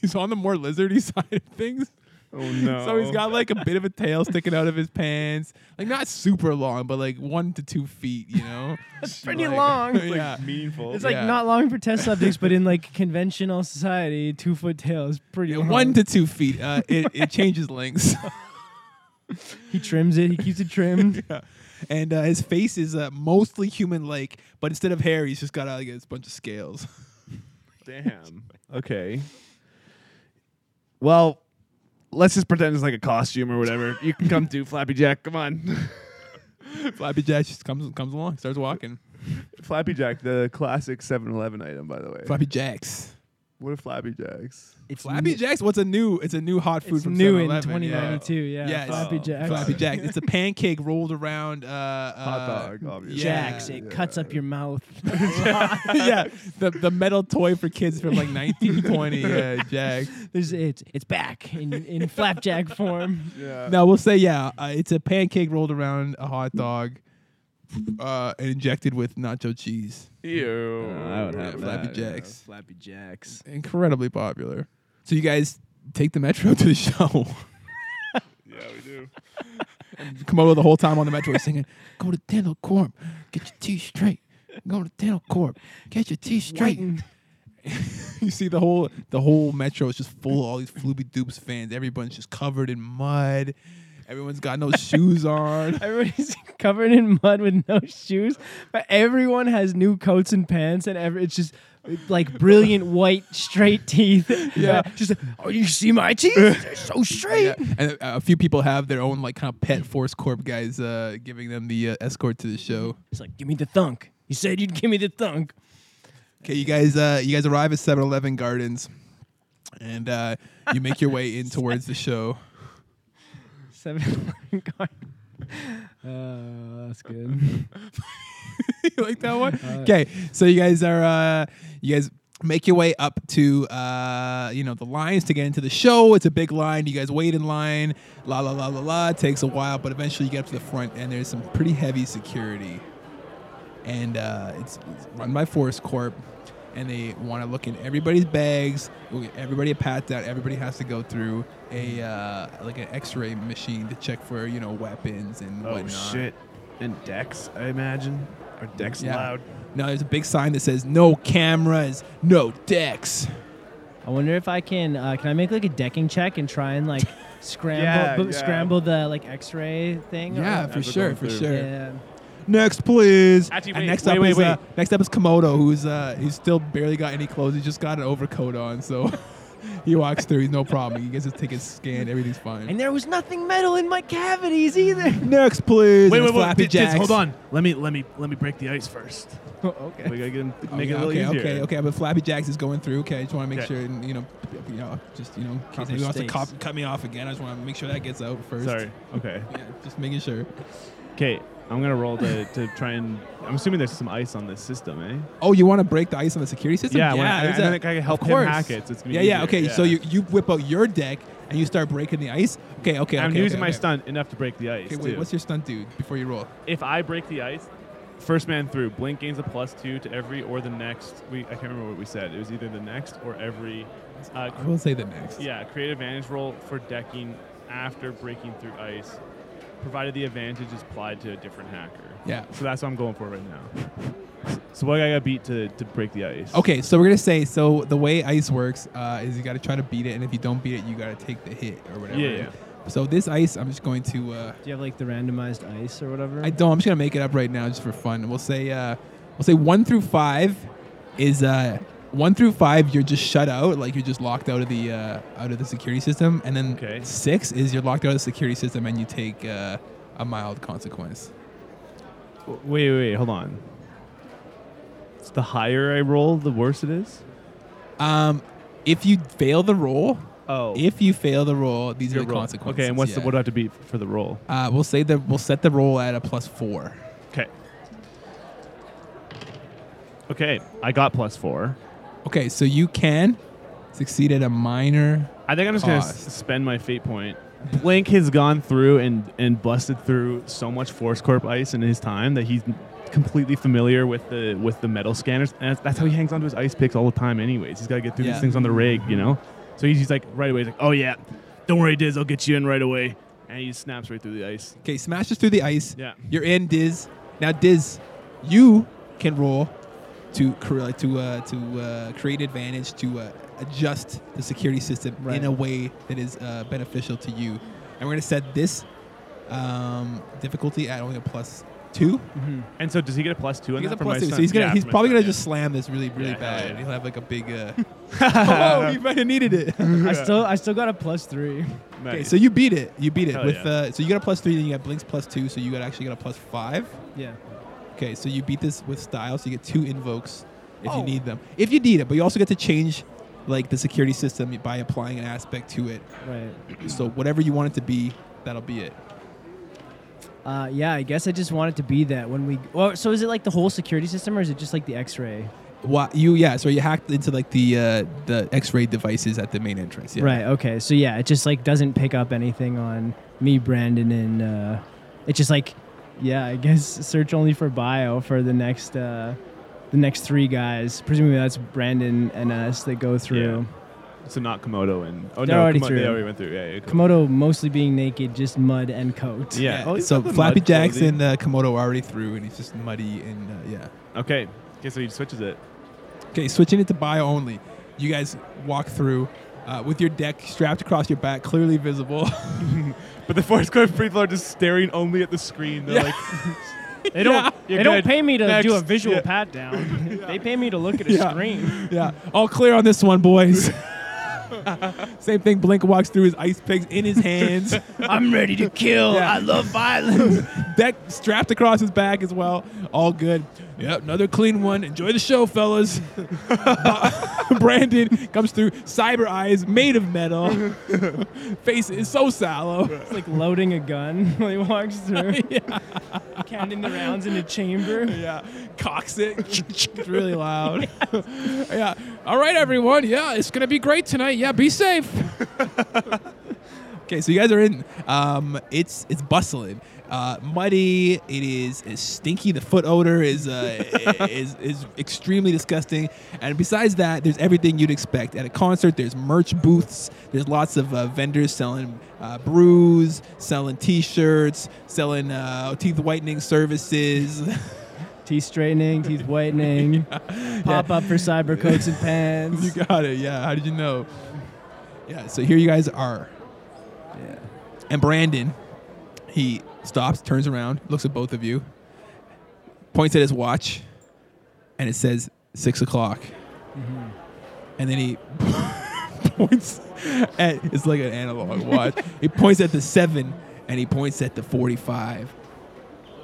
he's on the more lizardy side of things. Oh no. So he's got like a bit of a tail sticking out of his pants, like not super long, but like one to two feet. You know, that's pretty long. Like yeah. meaningful. It's like Yeah. not long for test subjects, but in like conventional society, two foot tail is pretty Yeah, long. One to two feet. Uh, it, it changes lengths, he trims it. He keeps it trimmed. and uh, his face is uh, mostly human-like, but instead of hair, he's just got uh, like a bunch of scales. Damn. Okay. Well, let's just pretend it's like a costume or whatever. You can come do Flappy Jack. Come on. Flappy Jack just comes comes along, starts walking. Flappy Jack, the classic 7 Eleven item, by the way. Flappy Jacks. what are Flappy Jacks? It's Flappy n- Jacks. What's a new? It's a new hot food It's from new 7-Eleven, in 2092. Yeah, Yes. Flappy Oh. Jacks. Yeah. Flappy Jack. It's a pancake rolled around uh, Hot uh, dog, obviously. yeah. Jacks. It cuts up your mouth. yeah, the the metal toy for kids from like 1920. yeah, Jacks. There's, it's it's back in, in flapjack form. Yeah. No, we'll say yeah. Uh, it's a pancake rolled around a hot dog, uh, and injected with nacho cheese. Ew. Oh, I would Yeah, have Flappy that, yeah. Jacks. Flappy Jacks. Incredibly popular. So you guys take the metro to the show. Yeah, we do. Komodo the whole time on the metro singing, "Go to Dental Corp, get your teeth straight. Go to Dental Corp, get your teeth straight." you see the whole the whole metro is just full of all these Flooby Doops fans. Everyone's just covered in mud. Everyone's got no shoes on. Everybody's covered in mud with no shoes, but everyone has new coats and pants, and every, it's just like brilliant white straight teeth. Yeah. just like, oh, you see my teeth? They're so straight. Yeah. And uh, a few people have their own like kind of pet Force Corp guys uh, giving them the uh, escort to the show. It's like, give me the thunk. You said you'd give me the thunk. Okay, you guys, uh, you guys arrive at 7-Eleven Gardens, and uh, you make your way in towards the show. Seven Eleven card. Uh, that's good. you like that one? Uh, Okay, so you guys are uh, you guys make your way up to uh, you know the lines to get into the show. It's a big line. You guys wait in line. La la la la la. It takes a while, but eventually you get up to the front, and there's some pretty heavy security, and uh, it's, it's run by Forest Corp. And they want to look in everybody's bags. We'll get everybody a pat down. Everybody has to go through a uh, like an X-ray machine to check for you know weapons and Oh, whatnot. shit. And Dex, I imagine. Or Dex Yeah. loud. No, there's a big sign that says no cameras, no decks. I wonder if I can. Uh, can I make like a decking check and try and like scramble, Yeah, bu- yeah. scramble the like X-ray thing? or- Yeah, for As we're sure, going for through. sure. Yeah. Next, please. Actually, And wait, next wait, up wait, is Uh, wait. next up is Komodo, who's uh, he's still barely got any clothes. He's just got an overcoat on, so he walks through. He's no problem. He gets his ticket scanned. Everything's fine. And there was nothing metal in my cavities either. next, please. Wait, And wait, wait. it's Flappy Kids, kids, Jacks. hold on. Let me let me let me break the ice first. okay. We gotta get him make it Oh, Okay, a little Oh, okay, easier. okay, okay, but Flappy Jacks is going through. Okay, I just want to make Okay. sure, and, you know, you know, just you know, in case Cop he wants to mistakes. cop, cut me off again. I just want to make sure that gets out first. Sorry. Okay. Yeah, just making sure. Okay. I'm gonna roll to, to try and. I'm assuming there's some ice on this system, eh? Oh, you want to break the ice on the security system? Yeah, I wanna- I- there's I that. think I can help Of him course. hack it, so it's gonna be yeah, yeah. easier, Okay, so yeah. you, you whip out your deck and you start breaking the ice. Okay, okay. I'm okay, using okay, my okay. stunt enough to break the ice. Okay, wait. too. What's your stunt, dude? Before you roll. if I break the ice, first man through. Blink gains a plus two to every or the next. We I can't remember what we said. It was either the next or every. Uh, I will say the next. yeah, create advantage roll for decking after breaking through ice, provided the advantage is applied to a different hacker. Yeah. So that's what I'm going for right now. So what I got beat to, to break the ice? Okay, so we're gonna say so the way ice works uh, is you got to try to beat it, and if you don't beat it, you got to take the hit or whatever. Yeah, yeah. So this ice, I'm just going to. Uh, Do you have like the randomized ice or whatever? I don't. I'm just gonna make it up right now, just for fun. We'll say uh, we'll say one through five is uh, one through five. You're just shut out, like you're just locked out of the uh, out of the security system. And then Okay. six is you're locked out of the security system, and you take uh, a mild consequence. W- Wait, wait, wait, hold on. It's the higher I roll, the worse it is. Um, if you fail the roll, Oh. if you fail the roll, these your are the roll. consequences. Okay, and what's the yeah. what do I have to beat for the roll? Uh, we'll say that we'll set the roll at a plus four. Okay. Okay, I got plus four. Okay, so you can succeed at a minor. I think I'm just gonna s- Cost. spend my fate point. Blink has gone through and and busted through so much Force Corp ice in his time that he's completely familiar with the with the metal scanners, and that's, that's how he hangs onto his ice picks all the time. Anyways, he's got to get through Yeah. these things on the rig, you know. So he's, he's like right away. He's like, oh yeah, don't worry, Diz, I'll get you in right away. And he snaps right through the ice. Okay, smashes through the ice. Yeah. You're in, Diz. Now, Diz, you can roll to cre- to uh, to uh, create advantage to uh, adjust the security system Right. in a way that is uh, beneficial to you. And we're gonna set this um, difficulty at only a plus two. And so does he get a plus two? on He gets that for a plus my two, son? so he's gonna Yeah, he's for my probably son, gonna yeah. just slam this really really Yeah, bad, yeah. and he'll have like a big. Uh, oh, you might have needed it. I still I still got a plus three. okay, Nice. so you beat it. You beat it Hell with yeah. uh, so you got a plus three, then you got Blink's plus two, so you got actually got a plus five. Yeah. Okay, so you beat this with style, so you get two invokes if Oh. you need them. If you need it, but you also get to change like the security system by applying an aspect to it. Right. So whatever you want it to be, that'll be it. Uh, yeah, I guess I just want it to be that when we. Well, so is it like the whole security system, or is it just like the X-ray? Why you yeah, so you hacked into like the uh, the X-ray devices at the main entrance. Yeah. Right. Okay. So yeah, it just like doesn't pick up anything on me, Brandon, and uh, it's just like, yeah, I guess search only for bio for the next uh, the next three guys. Presumably that's Brandon and us that go through. So not Komodo and oh They're no, already Komo- through. They already went through. Yeah, yeah. Komodo. Komodo mostly being naked, just mud and coat. Yeah. Oh, he's so got the Flappy mud Jacks clothing. and uh, Komodo are already through, and he's just muddy and uh, yeah. Okay. Okay, so he switches it. Okay, switching it to bio only. You guys walk through uh, with your deck strapped across your back, clearly visible. But the Force Square people are just staring only at the screen. They're like, They don't. You're They don't good. pay me to do a Next. visual Yeah. pat down. They pay me to look at a Yeah. screen. yeah, all clear on this one, boys. Same thing. Blink walks through his ice picks in his hands, I'm ready to kill. Yeah. I love violence. deck strapped across his back as well. All good. Yep, another clean one. Enjoy the show, fellas. Brandon comes through, cyber eyes made of metal. Face is so sallow. It's like loading a gun when he walks through. Counting the rounds in a chamber. Yeah, cocks it. it's really loud. yeah. All right, everyone. Yeah, it's gonna be great tonight. Yeah, be safe. okay, so you guys are in. Um, it's it's bustling, uh, muddy. It is is stinky. The foot odor is uh, is is extremely disgusting. And besides that, there's everything you'd expect at a concert. There's merch booths. There's lots of uh, vendors selling uh, brews, selling T-shirts, selling uh, teeth whitening services. Teeth straightening, teeth whitening, pop up for cyber coats and pants. You got it. Yeah. How did you know? Yeah. So here you guys are. Yeah. And Brandon, he stops, turns around, looks at both of you, points at his watch, and it says six o'clock. Mm-hmm. And then he points at it's like an analog watch. he points at the seven and he points at the forty-five,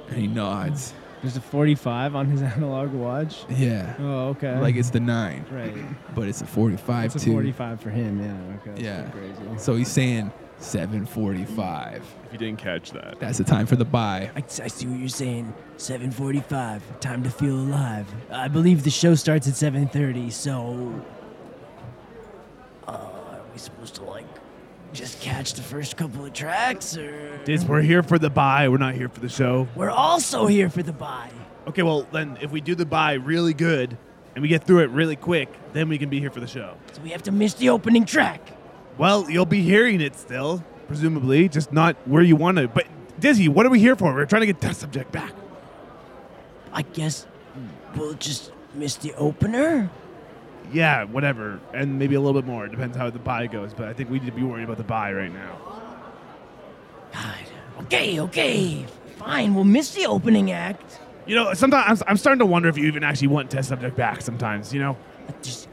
and he nods. There's a 45 on his analog watch. Yeah, Oh, okay. like it's the nine, right. but it's a forty-five It's a too. 45 for him. Yeah. Okay. that's Yeah. pretty Crazy. So he's saying 745. if you didn't catch that. That's the time for the buy. I, I see what you're saying. 7:45, time to feel alive. I believe the show starts at 7:30, so uh, are we supposed to like just catch the first couple of tracks, or Diz, we're here for the buy. We're not here for the show. we're also here for the buy? Okay, well then, if we do the buy really good and we get through it really quick, then we can be here for the show. So we have to miss the opening track. Well, you'll be hearing it still, presumably, just not where you want to. But Dizzy, what are we here for? We're trying to get that subject back. I guess we'll just miss the opener. Yeah, whatever, and maybe a little bit more. It depends how the buy goes. But I think we need to be worried about the buy right now. God. Okay, okay, fine. We'll miss the opening act. You know, sometimes I'm, I'm starting to wonder if you even actually want test subject back. Sometimes, you know. But there's,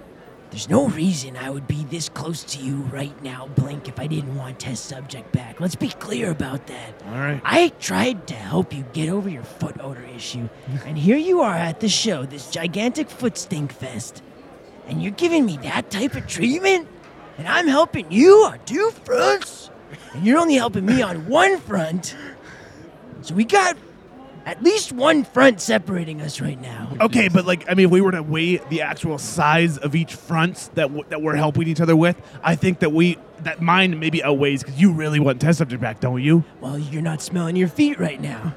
there's no reason I would be this close to you right now, Blink, if I didn't want test subject back. Let's be clear about that. All right. I tried to help you get over your foot odor issue, and here you are at the show, this gigantic foot stink fest, and you're giving me that type of treatment, and I'm helping you on two fronts, and you're only helping me on one front. So we got at least one front separating us right now. Okay, but like, I mean, if we were to weigh the actual size of each front that w- that we're helping each other with, I think that we that mine maybe outweighs because you really want test subject back, don't you? Well, you're not smelling your feet right now.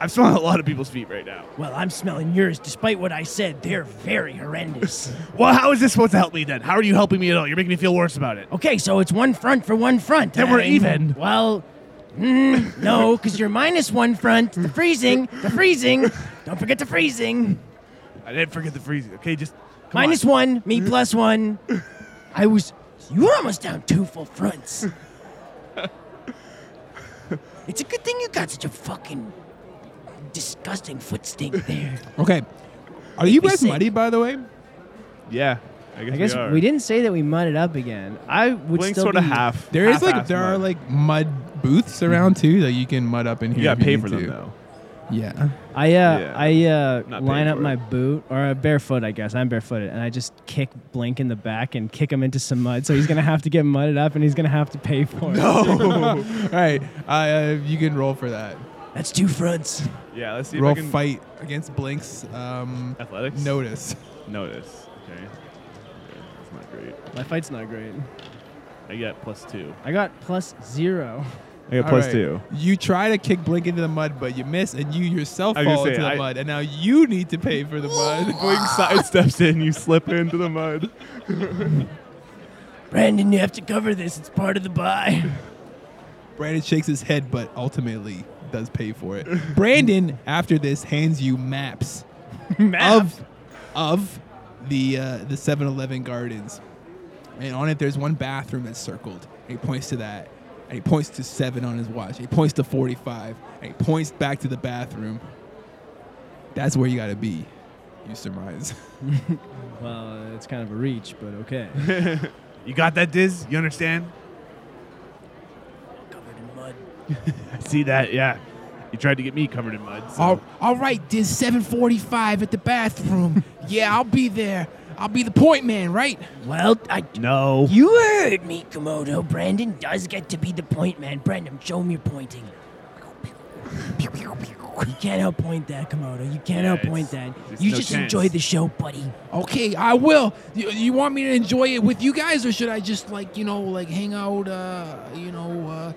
I'm smelling a lot of people's feet right now. Well, I'm smelling yours, despite what I said. They're very horrendous. Well, how is this supposed to help me then? How are you helping me at all? You're making me feel worse about it. okay, so it's one front for one front. Then we're I- even. Well, mm, no, because you're minus one front. The freezing, the freezing. Don't forget the freezing. I didn't forget the freezing. Okay, just come Minus on. one, me plus one. I was. You were almost down two full fronts. It's a good thing you got such a fucking disgusting foot stink there. Okay. Are you me guys sick. muddy, by the way? Yeah, I guess, I guess we, are. we, didn't say that we mudded up again. I would Blink still sort of be- half. There is like half-assed there are mud. like mud booths around too that you can mud up in here. you gotta if pay need for them to. though. Yeah. I uh, Yeah. I uh, Not line paying up for my it. boot or uh, barefoot, I guess. I'm barefooted, and I just kick Blink in the back and kick him into some mud. So he's gonna have to get mudded up, and he's gonna have to pay for it. All right. Uh, you can roll for that. That's two fronts. Yeah, let's see roll if I can fight against Blink's um, athletics. notice. notice. Okay, Okay, that's not great. My fight's not great. I got plus two. I got plus zero. I got All plus right. two. You try to kick Blink into the mud, but you miss, and you yourself I was gonna fall say, into the I- mud, and now you need to pay for the mud. Blink sidesteps in. You slip into the mud. Brandon, you have to cover this. It's part of the buy. Brandon shakes his head, but ultimately does pay for it. Brandon, after this, hands you maps of of the uh, the 7-Eleven gardens, and on it there's one bathroom that's circled. And he points to that, and he points to seven on his watch. He points to 45, and he points back to the bathroom. That's where you gotta be, you surmise. Well, uh, it's kind of a reach, but okay. You got that, Diz? You understand? Covered in mud. I see that. Yeah. You tried to get me covered in mud. So. All, all right, this 745 at the bathroom. yeah, I'll be there. I'll be the point man, right? Well, I, No. you heard me, Komodo. Brandon does get to be the point man. Brandon, show him your pointing. You can't help point that, Komodo. You can't Yeah, help point it's- that. it's You no just chance. enjoy the show, buddy. Okay, I will. You, you want me to enjoy it with you guys, or should I just like you know like hang out, uh, you know, uh,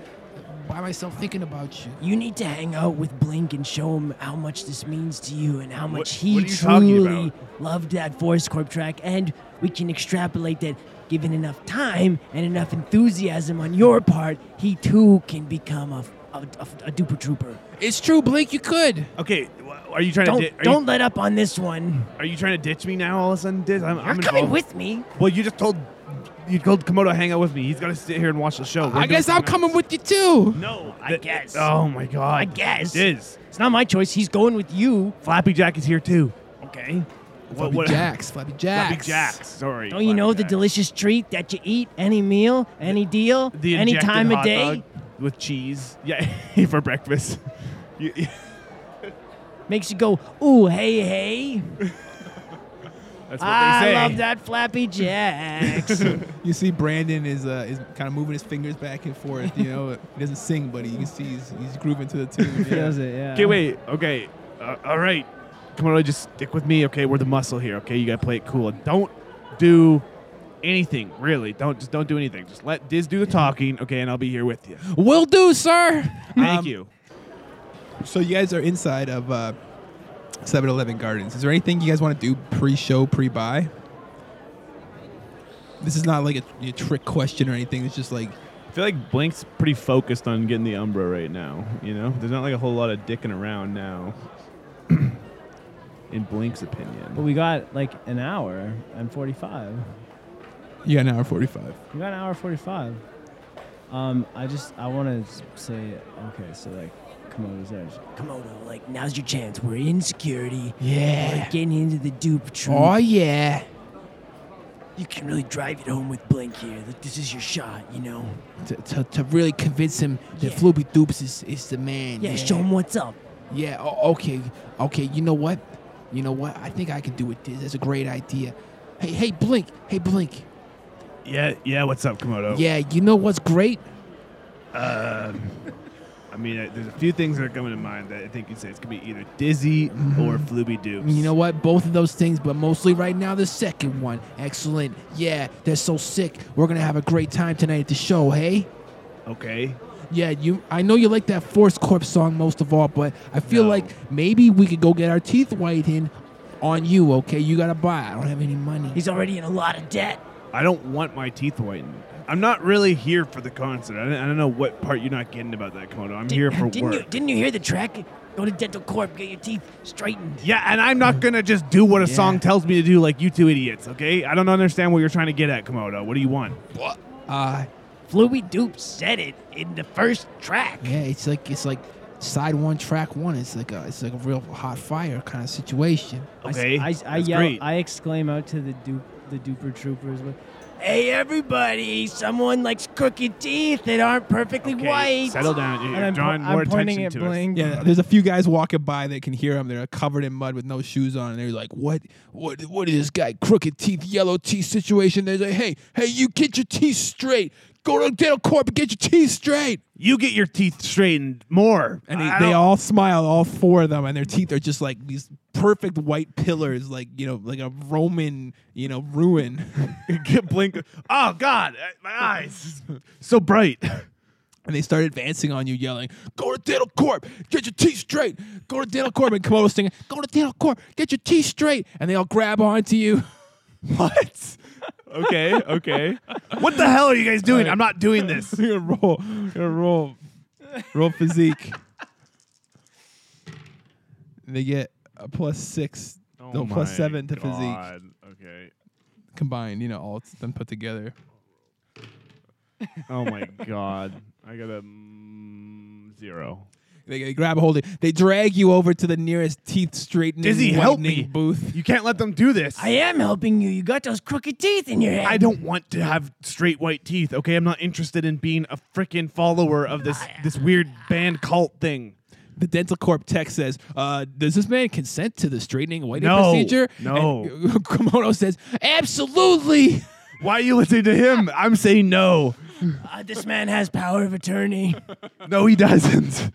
by myself thinking about you? You need to hang out with Blink and show him how much this means to you and how much he what are you talking truly about? loved that Forest Corp track. And we can extrapolate that given enough time and enough enthusiasm on your part, he too can become a, a, a, a duper trooper. It's true, Blake. You could. Okay. wh- Are you trying Don't, to? Di- are don't let up on this one. You, are you trying to ditch me now? All of a sudden, Diz? I'm, You're I'm coming involved. with me. Well, you just told you told Komodo to hang out with me. He's gonna sit here and watch the show. We're I guess doing I'm something coming with you too. else. No, I th- guess. Oh my god. I guess. Diz. It's not my choice. He's going with you. Flappy Jack is here too. Okay. What? Flappy Jacks, Flappy Jacks. Flappy Jacks. Sorry. Don't you know the Flapjack. delicious treat that you eat any meal, any deal, The any injected time of hot day? dog with cheese. Yeah, for breakfast. You- you- Makes you go, ooh, hey, hey. That's what they I say. love that Flappy Jacks. You see, Brandon is uh, is kind of moving his fingers back and forth. You know, he doesn't sing, but you can see he's, he's grooving to the tune. That was it, yeah. Okay, wait. Okay. Uh, all right. Come on, just stick with me. Okay, we're the muscle here. Okay, you gotta play it cool. Don't do anything really. Don't just don't do anything. Just let Diz do the talking. Okay, and I'll be here with you. Will do, sir. Thank Um, you. So you guys are inside of uh, 7-Eleven Gardens. Is there anything you guys want to do pre-show, pre-buy? This is not like a, a trick question or anything. It's just like I feel like Blink's pretty focused on getting the Umbra right now. You know, there's not like a whole lot of dicking around now. In Blink's But opinion. we got like an hour and forty-five. you got an hour forty-five. We got an hour forty-five. Um, I just I want to say okay, so like Komodo's edge. Komodo, like, now's your chance. We're in security. We're Yeah. getting into the dupe troop. Oh yeah. You can really drive it home with Blink here. Like, This is your shot, you know? To, to, to really convince him that Yeah. Floopy Doops is, is the man. Yeah, show him what's up. Yeah. o- okay. Okay. You know what? You know what? I think I can do it. This. That's a great idea. Hey, hey, Blink. Hey, Blink. Yeah, yeah. What's up, Komodo? Yeah. You know what's great? I mean, uh, there's a few things that are coming to mind that I think you say it's gonna be either Dizzy Mm-hmm. or Flooby Doops. You know what? Both of those things, but mostly right now the second one. Excellent. Yeah, they're so sick. We're gonna have a great time tonight at the show. Hey. Okay. Yeah, you. I know you like that Force Corp song most of all, but I feel No. like maybe we could go get our teeth whitened on you. Okay, you gotta buy. I don't have any money. He's already in a lot of debt. I don't want my teeth whitened. I'm not really here for the concert. I don't, I don't know what part you're not getting about that, Komodo. I'm Did, here for didn't work. You, didn't you hear the track? Go to Dental Corp, get your teeth straightened. yeah, and I'm not gonna just do what a Yeah. song tells me to do, like you two idiots. Okay, I don't understand what you're trying to get at, Komodo. What do you want? Uh, Flooby Doop said it in the first track. yeah, it's like it's like side one, track one. It's like a, it's like a real hot fire kind of situation. I s- Okay, I, s- I that's yell, great. I exclaim out to the dupe, the duper troopers. with, Hey, everybody! Someone likes crooked teeth that aren't perfectly white. Settle down. You're And I'm, po- drawing more I'm pointing attention at to us. Bling. Yeah, there's a few guys walking by that can hear him. They're covered in mud with no shoes on, and they're like, "What? What? What is this guy? Crooked teeth, yellow teeth situation?" They're like, "Hey, hey, you get your teeth straight. Go to dental corp and get your teeth straight." You get your teeth straightened more. And they, I they don't- all smile, all four of them, and their teeth are just like these perfect white pillars, like you know, like a Roman, you know, ruin. get blink. Oh God, uh, my eyes so bright. and they start advancing on you, yelling, "Go to dental corp, get your teeth straight. Go to dental corp." And Komodo's singing, "Go to dental corp, get your teeth straight." And they all grab onto you. What? Okay, okay. what the hell are you guys doing? I'm not doing this. You're gonna roll. You're gonna roll. Roll physique. they get a plus six, no, plus seven to physique Oh Okay. combined. You know, all it's them put together. Oh my God. I got a mm, zero. They, they grab a hold. Of, they drag you over to the nearest teeth straightening Dizzy, help whitening me. booth. You can't let them do this. I am helping you. You got those crooked teeth in your head. I don't want to have straight white teeth. Okay, I'm not interested in being a freaking follower of this this weird band cult thing. The dental corp tech says, uh, "Does this man consent to the straightening and whitening No. procedure?" No. And Komodo says, "Absolutely." Why are you listening to him? I'm saying no. Uh, this man has power of attorney. No, he doesn't.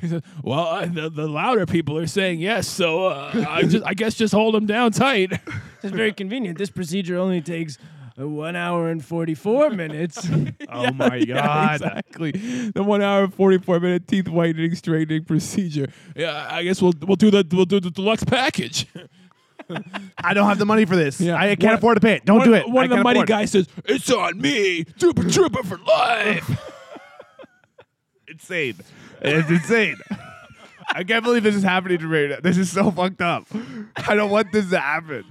He says, "Well, uh, the, the louder people are saying yes, so uh, I just I guess just hold them down tight." It's very convenient. This procedure only takes uh, one hour and 44 minutes. Oh my Yeah, god. exactly. The one hour and forty four minute teeth whitening straightening procedure. Yeah, I guess we'll we'll do the we'll do the deluxe package. I don't have the money for this. Yeah. I can't One- afford to pay it. Don't one, do it. One I of the can't mighty afford it. guys says, "It's on me, Trooper Trooper for life." Insane. It's insane. I can't believe this is happening to me. right now. This is so fucked up. I don't want this to happen.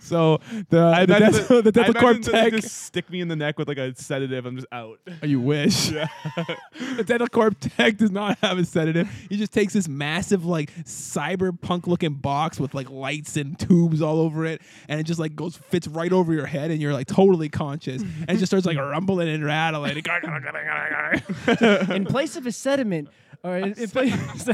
so the the, That's dental, the dental corp tech. Just stick me in the neck with like a sedative. I'm just out. Oh, you wish. the dental corp tech does not have a sedative. He just takes this massive, like cyberpunk looking box with like lights and tubes all over it, and it just like goes fits right over your head, and you're like totally conscious, and it just starts like rumbling and rattling. in place of a sediment, or in, in, place,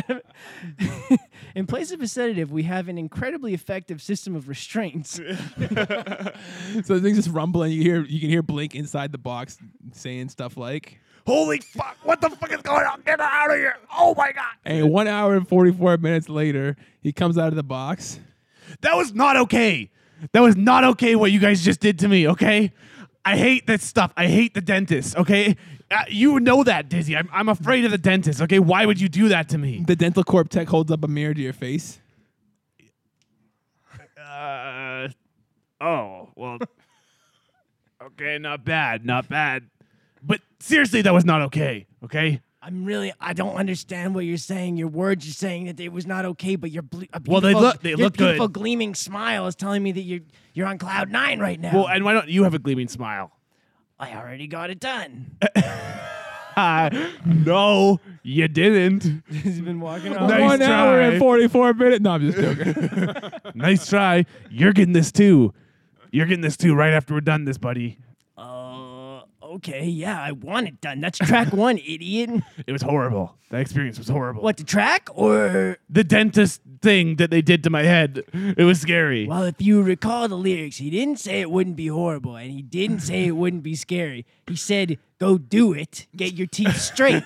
in place of a sedative, we have an incredibly effective system of restraints. so the thing's just rumbling. You hear, you can hear Blink inside the box saying stuff like. Holy fuck! What the fuck is going on? Get out of here! Oh my god! And one hour and 44 minutes later, he comes out of the box. That was not okay. That was not okay what you guys just did to me, okay? I hate this stuff. I hate the dentist, okay? Uh, you know that, Dizzy. I'm, I'm afraid of the dentist, okay? Why would you do that to me? The dental corp tech holds up a mirror to your face. Uh, oh, well. okay, not bad, not bad. But seriously, that was not okay, okay? I'm really. I don't understand what you're saying. Your words. You're saying that it was not okay, but your ble- a Well, they beautiful- look- they your look good. beautiful gleaming smile is telling me that you're you're on cloud nine right now. Well, and why don't you have a gleaming smile? I already got it done. no, you didn't. He's been walking No. off. Nice one hour and try. 44 minutes. No, I'm just joking. nice try. You're getting this too. You're getting this too right after we're done this, buddy. Uh, okay, yeah, I want it done. That's track one, idiot. It was horrible. That experience was horrible. What the track or? The dentist thing that they did to my head. It was scary. Well, if you recall the lyrics, he didn't say it wouldn't be horrible, and he didn't say it wouldn't be scary. He said, "Go do it. Get your teeth straight."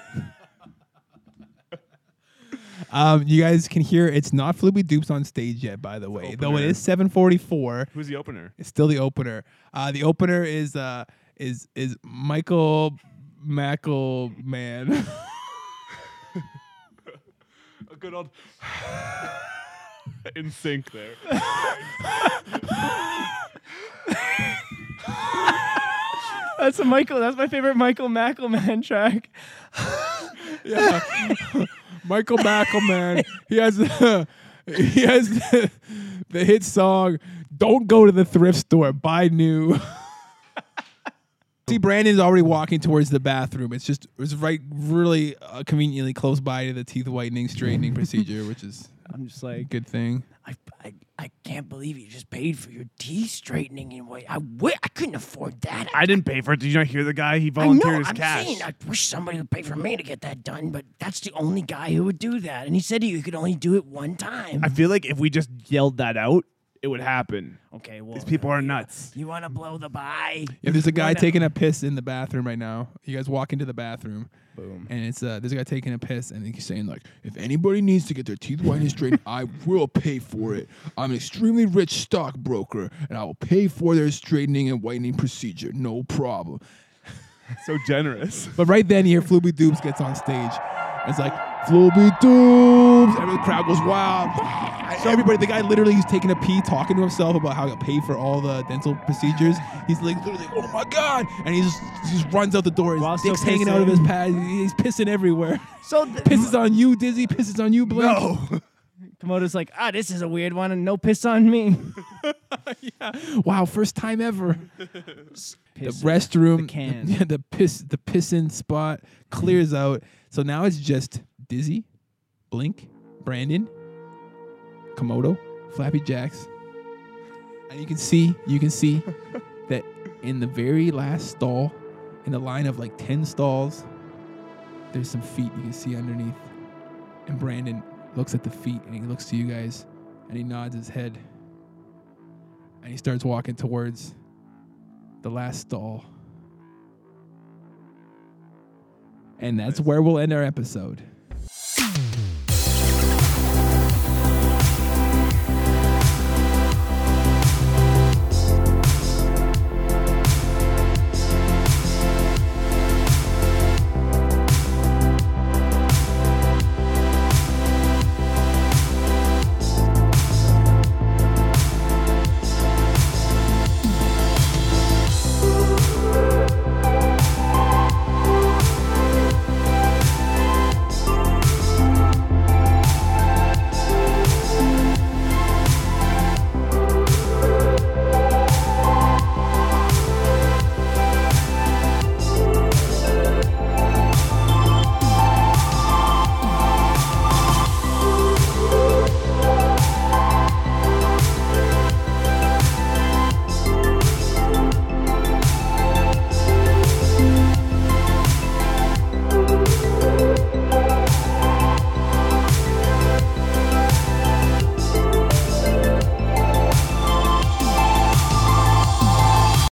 Um, you guys can hear it's not Floopy Dupes on stage yet, by the way, though it opener. is 744. Who's the opener? It's still the opener. Uh, the opener is uh, is is Michael Mackleman. A good old in sync there. That's a Michael. That's my favorite Michael Mackleman track. Michael Mackleman. he has he has the, the hit song "Don't Go to the Thrift Store, Buy New." See, Brandon's already walking towards the bathroom. It's just it's right, really uh, conveniently close by to the teeth whitening straightening procedure, which is I'm just a like, good thing. I, I, I can't believe you just paid for your teeth straightening and what I wi- I couldn't afford that. I didn't pay for it. Did you not hear the guy? He I know. volunteered his I'm cash. saying I wish somebody would pay for me to get that done, but that's the only guy who would do that. And he said he could only do it one time. I feel like if we just yelled that out, it would happen. okay, well, These people are nuts. you want to blow the by? If there's a guy taking a piss in the bathroom right now, you guys walk into the bathroom, boom, and it's uh, there's a guy taking a piss, and he's saying like, if anybody needs to get their teeth whitened straightened, I will pay for it. I'm an extremely rich stockbroker, and I will pay for their straightening and whitening procedure, no problem. So generous. But right then, here, Flooby Doobs gets on stage. It's like, Flooby Doobs! Every the crowd goes wild. So everybody, the guy literally is taking a pee, talking to himself about how he'll pay for all the dental procedures. He's like, literally, oh my God! And he just, he just runs out the door. His While still dick's hanging out of his pad. He's pissing everywhere. so th- Pisses on you, Dizzy. Pisses on you, Blink. Komodo's like, ah, this is a weird one, and no piss on me. Wow, first time ever. the Piss. restroom, The can. yeah, the piss, the pissing spot clears out. So now it's just Dizzy, Blink, Brandon, Komodo, Flappy Jacks, and you can see, you can see that in the very last stall, in the line of like ten stalls, there's some feet you can see underneath, and Brandon looks at the feet and he looks to you guys, and he nods his head, and he starts walking towards the last stall. And that's where we'll end our episode.